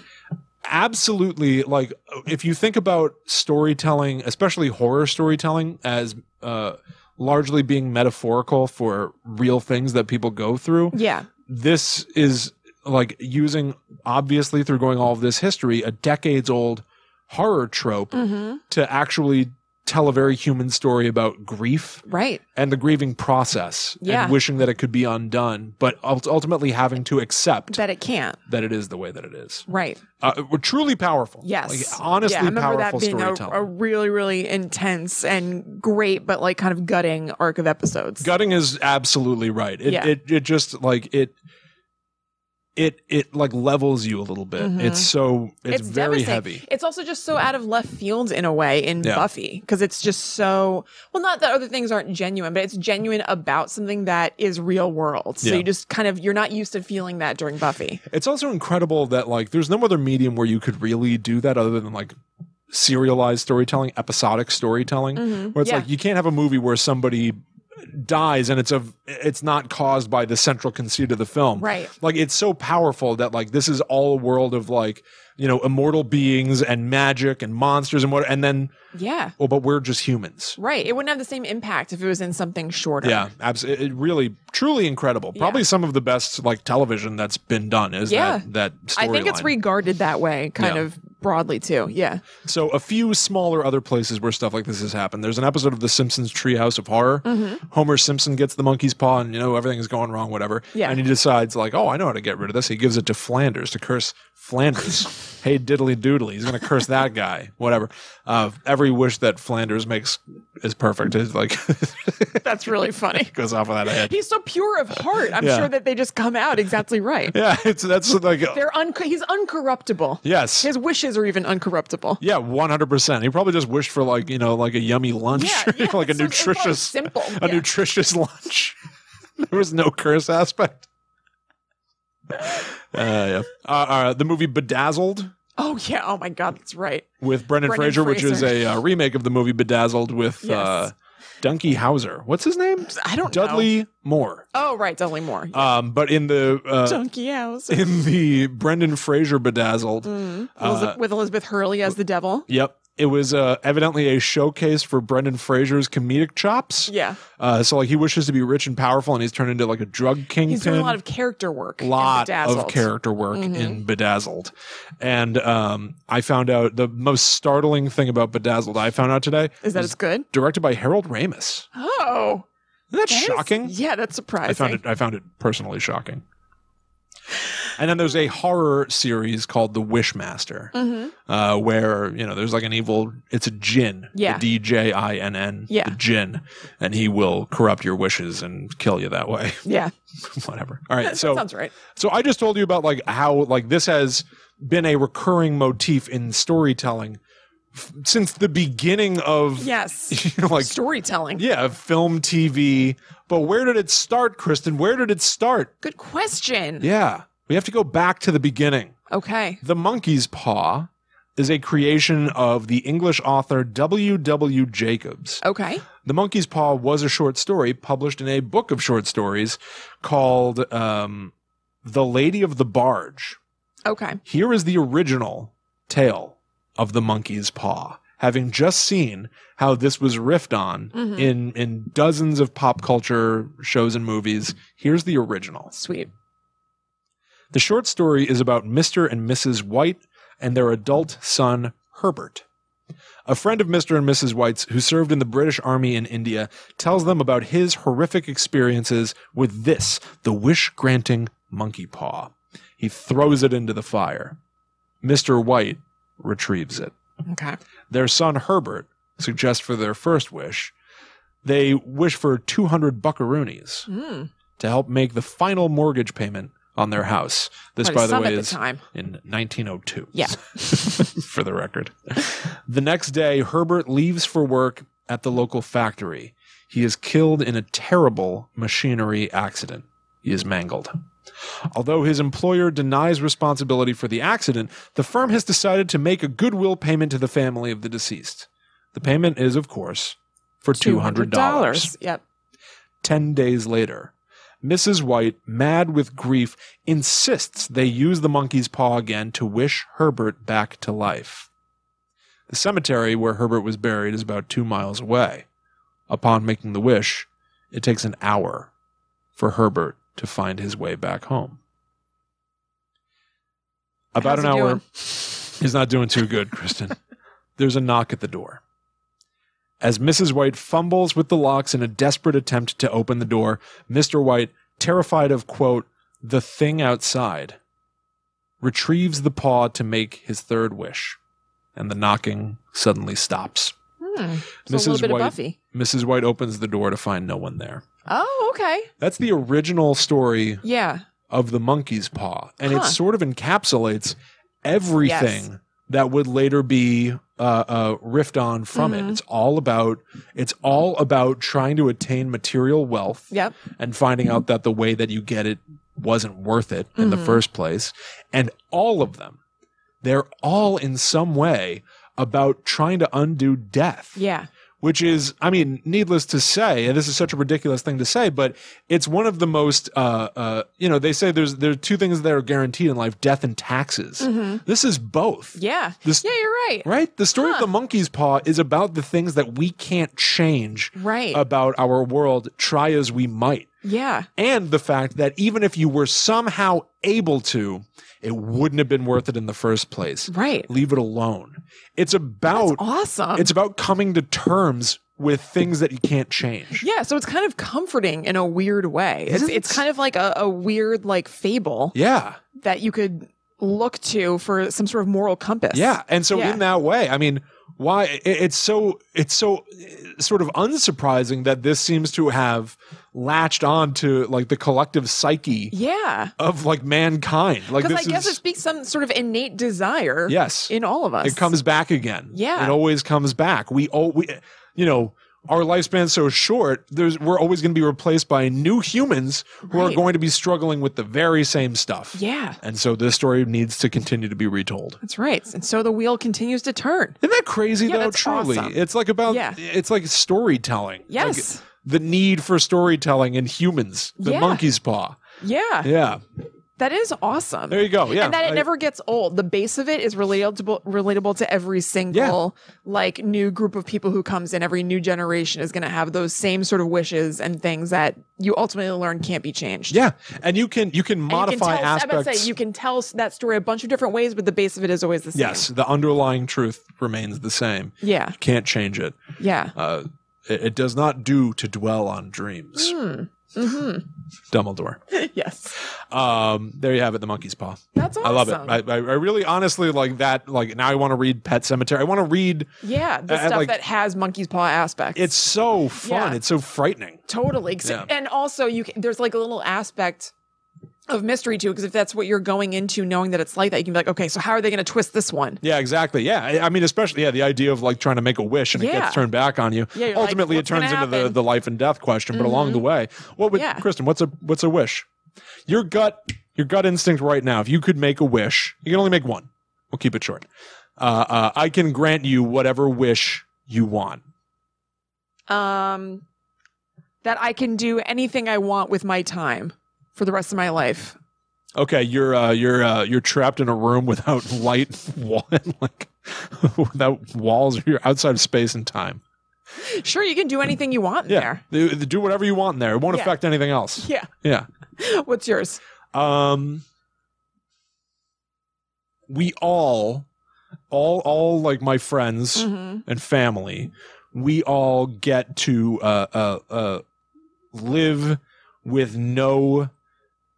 absolutely like if you think about storytelling especially horror storytelling as uh largely being metaphorical for real things that people go through
Yeah.
this is like using obviously through going all of this history a decades old horror trope
Mm-hmm.
to actually tell a very human story about grief
Right.
and the grieving process
Yeah.
and wishing that it could be undone but ult- ultimately having to accept
That it can't.
that it is the way that it is
Right.
uh, were truly powerful.
Yes.
like, honestly
yeah, I remember
powerful
that being a,
storytelling.
a really, really intense and great, but like kind of gutting arc of episodes.
Gutting is absolutely right. It,
Yeah.
it it just like it it it like levels you a little bit.
Mhm.
It's so it's, very
devastating.
heavy.
It's also just so out of left field in a way in
Yeah.
Buffy because it's just so well. Not that other things aren't genuine, but it's genuine about something that is real world. So
Yeah.
you just kind of you're not used to feeling that during
[LAUGHS]
Buffy.
It's also incredible that like there's no other medium where you could really do that other than like serialized storytelling, episodic storytelling, where it's
Mm-hmm. Yeah.
like you can't have a movie where somebody dies and it's of it's not caused by the central conceit of the film.
Right.
Like it's so powerful that like this is all a world of like, you know, immortal beings and magic and monsters and what and then
Yeah.
well, but we're just humans.
Right. It wouldn't have the same impact if it was in something shorter.
Yeah, absolutely. It really, truly incredible. Probably some of the best like television that's been done is
Yeah.
that that
I think it's
storyline.
regarded that way, kind
Yeah.
of broadly too. Yeah.
So a few smaller other places where stuff like this has happened. There's an episode of The Simpsons Treehouse of Horror.
Mm-hmm.
Homer Simpson gets the monkey's paw, and you know everything is going wrong, whatever.
Yeah.
And he decides like, oh, I know how to get rid of this. He gives it to Flanders to curse
[LAUGHS]
Flanders. hey diddly doodly, he's going to curse that guy, whatever. Uh, every wish that Flanders makes is perfect. It's like [LAUGHS]
That's really funny.
goes off without a head.
He's so pure of heart. I'm
Yeah.
sure that they just come out exactly right.
[LAUGHS] Yeah, it's that's like
They're un- he's uncorruptible.
yes.
His wishes are even uncorruptible.
Yeah, one hundred percent. He probably just wished for like you know like a yummy lunch,
Yeah, yeah,
[LAUGHS] like a
so it's more
nutritious,
simple,
[LAUGHS] a
yeah.
nutritious lunch. [LAUGHS] there was no curse
[LAUGHS]
aspect. Uh, yeah. Uh, uh, the movie Bedazzled
Oh yeah. Oh my God. That's right.
with Brendan,
Brendan
Fraser, which is
Fraser.
a uh, remake of the movie Bedazzled with
Yes.
uh, Dunky Hauser. What's his name?
I don't know.
Dudley Moore.
Oh right, Dudley Moore.
Um, but in the uh,
Donkey House.
in the Brendan Fraser Bedazzled,
Mm.
uh,
Eliza- with Elizabeth Hurley as the devil.
Yep. It was uh, evidently a showcase for Brendan Fraser's comedic chops.
Yeah.
Uh, so like he wishes to be rich and powerful, and he's turned into like a drug kingpin.
He's doing a lot of character work. in
Lot of
Bedazzled.
character work
Mhm.
in Bedazzled, and um, I found out the most startling thing about Bedazzled I found out today
Is that it's good?
directed by Harold Ramis.
Oh.
Isn't that,
that is-
shocking?
yeah, that's surprising.
I found it. I found it personally shocking. And then there's a horror series called The Wishmaster,
hmm
uh, where you know there's like an evil. It's a jinn,
Yeah.
D J I N N,
Yeah.
the jinn, and he will corrupt your wishes and kill you that way. [LAUGHS]
Yeah.
Whatever. All right,
That
so
sounds right.
so I just told you about like how like this has been a recurring motif in storytelling f- since the beginning of
Yes.
[LAUGHS] you know, like
[LAUGHS] Storytelling.
yeah, film, TV. But where did it start, Kristen? Where did it start?
Good question.
Yeah, we have to go back to the beginning.
Okay.
The Monkey's Paw is a creation of the English author W. W. Jacobs.
Okay.
The Monkey's Paw was a short story published in a book of short stories called um, The Lady of the Barge.
Okay.
Here is the original tale of the monkey's paw, having just seen how this was riffed on
Mhm.
in, in dozens of pop culture shows and movies. Here's the original.
Sweet.
The short story is about Mr. and Mrs. White and their adult son, Herbert. A friend of Mr. and Mrs. White's who served in the British Army in India tells them about his horrific experiences with this, the wish granting monkey paw. He throws it into the fire. Mr. White retrieves it
Okay.
their son Herbert suggests for their first wish, they wish for 200 buckaroonies
Mm.
to help make the final mortgage payment on their house. This,
What a
by the
sum at
way,
the
is
time.
in 1902.
Yeah.
[LAUGHS] for the record. The next day, Herbert leaves for work at the local factory. He is killed in a terrible machinery accident. He is mangled. Although his employer denies responsibility for the accident, the firm has decided to make a goodwill payment to the family of the deceased. The payment is, of course, for $200.
Yep.
10 days later. Mrs. White, mad with grief, insists they use the monkey's paw again to wish Herbert back to life. The cemetery where Herbert was buried is about two miles away. Upon making the wish, it takes an hour for Herbert to find his way back home. About
How's
an
he
hour.
doing?
[LAUGHS] He's not doing too good, Kristen. There's a knock at the door. As Mrs. White fumbles with the locks in a desperate attempt to open the door, Mr. White, terrified of, quote, the thing outside, retrieves the paw to make his third wish, and the knocking suddenly stops.
Hmm. So
Mrs.
a little bit
White-
of Buffy.
Mrs. White opens the door to find no one there.
Oh, okay.
That's the original story
Yeah.
of the monkey's paw and it
Huh.
sort of encapsulates everything
Yes.
that would later be uh, uh, riffed on from it
Mhm.
it's all about it's all about trying to attain material wealth
Yep.
and finding out that the way that you get it wasn't worth it in the
Mhm.
first place and all of them they're all in some way about trying to undo death
Yeah.
which is, I mean, needless to say, and this is such a ridiculous thing to say, but it's one of the most, uh, uh, you know, they say there's there are two things that are guaranteed in life: death and taxes.
Mhm.
This is both,
Yeah.
This-
yeah, you're right.
Mm-hmm. right? The story of
Huh.
the monkey's paw is about the things that we can't change
Right.
about our world, try as we might,
yeah.
and the fact that even if you were somehow able to, it wouldn't have been worth it in the first place.
Right.
Leave it alone. It's about
Awesome.
it's about coming to terms with things that you can't change.
yeah, so it's kind of comforting in a weird way. It's,
Isn't
it's
it?
kind of like a, a weird like fable
Yeah.
that you could look to for some sort of moral compass.
Yeah. And so
Yeah.
in that way, I mean, why it, it's so it's so eh, sort of unsurprising that this seems to have latched on to like the collective psyche
Yeah.
of like mankind. Like
Because
this
I guess
is
it speaks some sort of innate desire
yes,
in all of us.
it comes back again.
Yeah.
it always comes back. We all we, you know. Our lifespan's so short. There's we're always going to be replaced by new humans who are
Right.
going to be struggling with the very same stuff.
Yeah.
And so this story needs to continue to be retold.
That's right. And so the wheel continues to turn.
Isn't that crazy
Yeah,
though?
that's
Truly,
awesome.
it's like about
Yeah.
it's like storytelling.
Yes.
Like, the need for storytelling in humans, the
Yeah.
monkey's paw.
yeah.
Yeah,
That is awesome.
there you go. Yeah,
and that it
I-
never gets old. The base of it is relatable relatable to every single like new group of people who comes in. Every new generation is going to have those same sort of wishes and things that you ultimately learn can't be changed.
Yeah, and you can you can
And you
modify
can tell, I'm about to
aspects.
say you can tell s- that story a bunch of different ways, but the base of it is always the same.
yes, the underlying truth remains the same.
Yeah.
Can't change it.
Yeah.
Uh, it, it does not do to dwell on dreams.
Mm-hmm.
Dumbledore.
yes.
Um, there you have it. The monkey's paw.
That's awesome.
I love it. I, I, I really honestly like that. Like now, I want to read Pet Cemetery. I want to read.
yeah, the
I- I
stuff
like-
that has monkey's paw aspects.
It's so fun.
Yeah.
It's so frightening.
Totally. 'Cause-
Yeah.
And also, you can, there's like a little aspect of mystery too, because if that's what you're going into, knowing that it's like that, you can be like, okay, so how are they going to twist this one?
Yeah, exactly. Yeah, I- I mean, especially yeah, the idea of like trying to make a wish and it
Yeah.
gets turned back on you.
Yeah, you're [LAUGHS] like,
Ultimately, it
"What's gonna
turns into the,
happen?" Mm-hmm.
the life and death question. But along the way, what would
Yeah.
Kristen? What's a what's a wish? Your gut, your gut instinct right now. If you could make a wish, you can only make one. We'll keep it short. Uh, uh, I can grant you whatever wish you want.
Um, that I can do anything I want with my time for the rest of my life.
Okay, you're uh, you're uh, you're trapped in a room without [LAUGHS] light, wall, like without walls. You're outside of space and time.
Sure, you can do anything you want in
Yeah,
there.
do do whatever you want in there. It won't
Yeah.
affect anything else.
Yeah.
Yeah.
What's yours?
Um, we all, all, all like my friends
hmm
and family, we all get to uh, uh, uh, live with no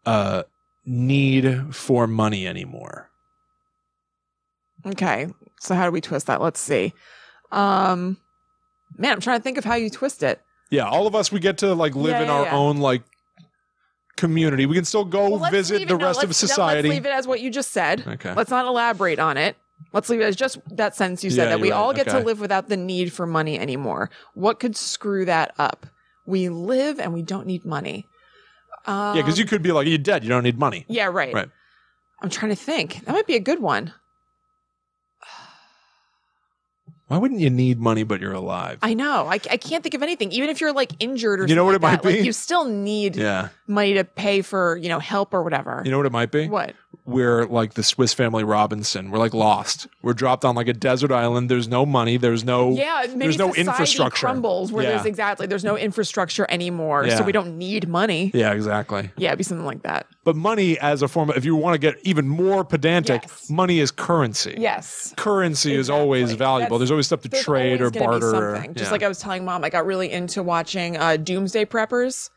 uh, need for money anymore.
Okay. So how do we twist that? Let's see. Um, man, I'm trying to think of how you twist it.
Yeah, all of us, we get to like live
Yeah,
in
yeah,
our
yeah.
own like community. We can still go
Well, let's
visit
leave
the
it- no,
rest of
let's- no,
society.
Let's leave it as what you just said.
okay.
Let's not elaborate on it. Let's leave it as just that sentence you said
Yeah,
that we
you're right.
all get to
Okay.
live without the need for money anymore. What could screw that up? We live and we don't need money. Um,
yeah, because you could be like, you're dead. You don't need money.
Yeah, right.
Right.
I'm trying to think. That might be a good one.
Why wouldn't you need money, but you're alive?
I know. I, I can't think of anything. Even if you're like injured or
You know
something
what
like
it might
that, like,
be?
you still need
yeah.
money to pay for you know help or whatever.
You know what it might be?
what?
We're like the Swiss Family Robinson. We're like lost. We're dropped on like a desert island. There's no money. There's no.
Yeah, maybe
There's no
society
infrastructure.
crumbles where
Yeah.
there's exactly there's no infrastructure anymore,
Yeah.
so we don't need money.
Yeah, exactly.
Yeah, it'd be something like that.
But money as a form of, if you want to get even more pedantic,
Yes.
money is currency.
Yes.
Currency is
Exactly.
always valuable.
That's-
there's always stuff to
There's
trade or
always gonna be
barter. or-
something. Just
yeah.
like I was telling mom, I got really into watching uh, Doomsday Preppers.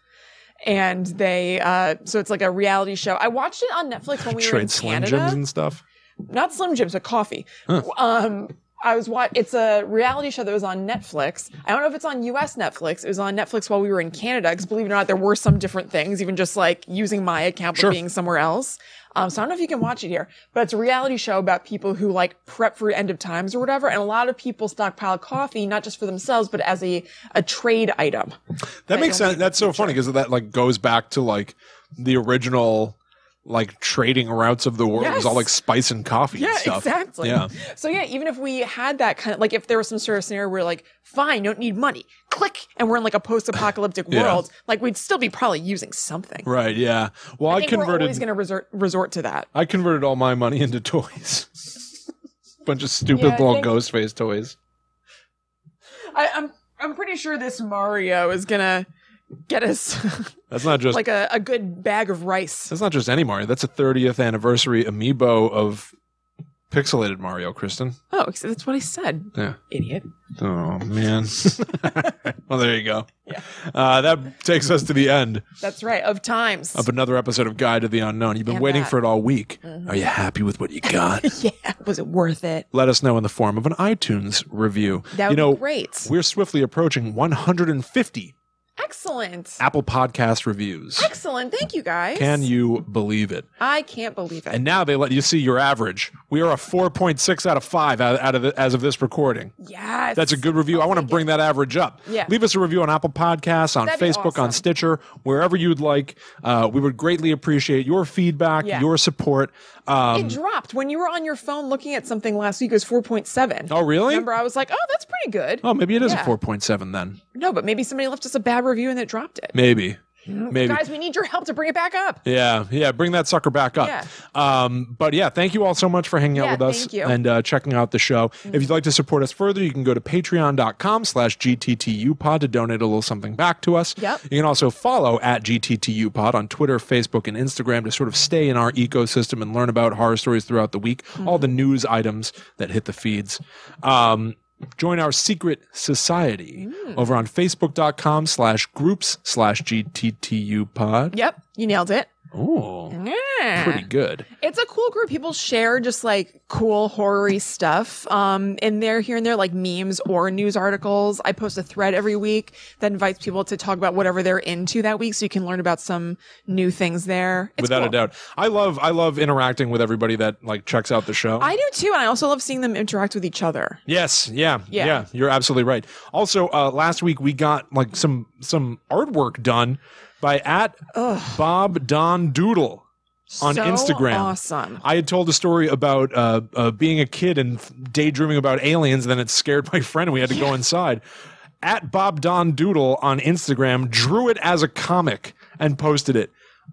And they, uh, so it's like a reality show. I watched it on Netflix
[LAUGHS]
when we were in
trade Slim
Canada.
Jims and stuff.
Not Slim Jims, but coffee. Um, I was watch. It's a reality show that was on Netflix. I don't know if it's on U.S. Netflix. It was on Netflix while we were in Canada. Because believe it or not, there were some different things, even just like using my account but
Sure.
being somewhere else. Um, so I don't know if you can watch it here, but it's a reality show about people who like prep for end of times or whatever. And a lot of people stockpile coffee, not just for themselves, but as a a trade item.
That makes
you'll
sense. That's so funny because that like goes back to like the original like trading routes of the world. It was all
Yes.
like spice and coffee
Yeah,
and stuff.
exactly.
Yeah.
So yeah, even if we had that kind of like if there was some sort of scenario where like, fine, don't need money, click, and we're in like a post-apocalyptic
[LAUGHS] Yeah.
world, like we'd still be probably using something.
Right. Yeah. Well, I,
I think we're
converted.
always going to resort resort to that.
I converted all my money into toys. [LAUGHS] Bunch of stupid
Yeah, I
little
think-
ghost face toys.
I, I'm I'm pretty sure this Mario is gonna get us [LAUGHS]
That's not just
like a, a good bag of rice.
that's not just any Mario. That's a 30th anniversary amiibo of pixelated Mario, Kristen.
Oh, except that's what I said,
Yeah.
idiot.
Oh man. [LAUGHS] well, there you go.
Yeah.
Uh, that takes us to the end
That's right. Of times.
of another episode of Guide to the Unknown. You've been
And
waiting
that. Mm-hmm.
for it all week. Are you happy with what
[LAUGHS]
you got?
[LAUGHS] yeah. Was it worth it?
Let us know in the form of an iTunes review.
That would
you know,
be great.
we're swiftly approaching 150
Excellent.
Apple Podcast reviews.
Excellent. Thank you guys.
Can you believe it?
I can't believe it.
And now they let you see your average. We are a 4.6 out of 5 out out of the, as of this recording.
yes.
That's a good review. I want to bring that average up.
Yeah.
Leave us a review on Apple Podcasts, on
That'd be
Facebook, on
awesome.
Stitcher, wherever you'd like. Uh, we would greatly appreciate your feedback,
Yeah.
your support. Um,
It dropped when you were on your phone looking at something last week. It was four point seven.
oh, really?
Remember, I was like, "Oh, that's pretty good."
Oh, maybe it is
Yeah.
a 4.7 then.
No, but maybe somebody left us a bad review and it dropped it.
Maybe. Maybe.
Guys, we need your help to bring it back up.
Yeah, yeah, bring that sucker back up.
Yeah.
Um, but yeah, thank you all so much for hanging out
Yeah,
with us
thank you.
and uh, checking out the show. If you'd like to support us further, you can go to patreon.com slash gttupod to donate a little something back to us.
Yep.
You can also follow at gttupod on Twitter, Facebook, and Instagram to sort of stay in our ecosystem and learn about horror stories throughout the week,
Mm-hmm.
all the news items that hit the feeds. Um, join our secret society
Mm.
over on facebook.com slash groups slash gttupod.
Yep, you nailed it.
Ooh
Yeah.
pretty good.
[LAUGHS] It's a cool group. People share just like cool horror stuff. Um, in there, here and there, like memes or news articles. I post a thread every week that invites people to talk about whatever they're into that week, so you can learn about some new things there. It's
Without
cool.
a doubt. I love I love interacting with everybody that like checks out the show.
I do too, and I also love seeing them interact with each other.
yes, yeah, yeah.
Yeah.
You're absolutely right. Also, uh last week we got like some some artwork done by at Bob Don Doodle on
So
Instagram.
awesome.
I had told a story about uh, uh, being a kid and daydreaming about aliens, and then it scared my friend, and we had to go inside. At Bob Don Doodle on Instagram drew it as a comic and posted it.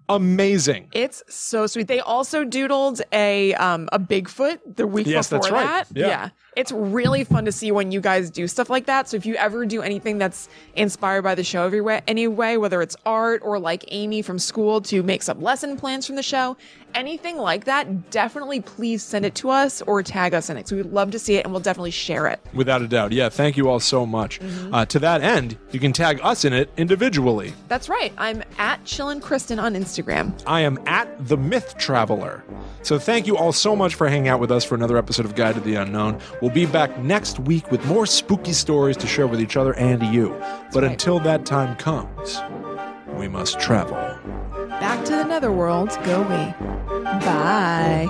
Amazing.
It's so sweet. They also doodled a um a Bigfoot the week
Yes,
before
that's right.
that.
Yeah.
It's really fun to see when you guys do stuff like that. So if you ever do anything that's inspired by the show every way, anyway, whether it's art or like Amy from school to make some lesson plans from the show, anything like that, definitely please send it to us or tag us in it. 'cause we would love to see it and we'll definitely share it.
Without a doubt. Yeah, thank you all so much. Uh, to that end, you can tag us in it individually.
That's right. I'm at Chillin' Kristen on Instagram.
I am at The Myth Traveler. So thank you all so much for hanging out with us for another episode of Guide to the Unknown. We'll be back next week with more spooky stories to share with each other and you. But
right.
until that time comes, we must travel.
Back to the netherworld, go we. Bye.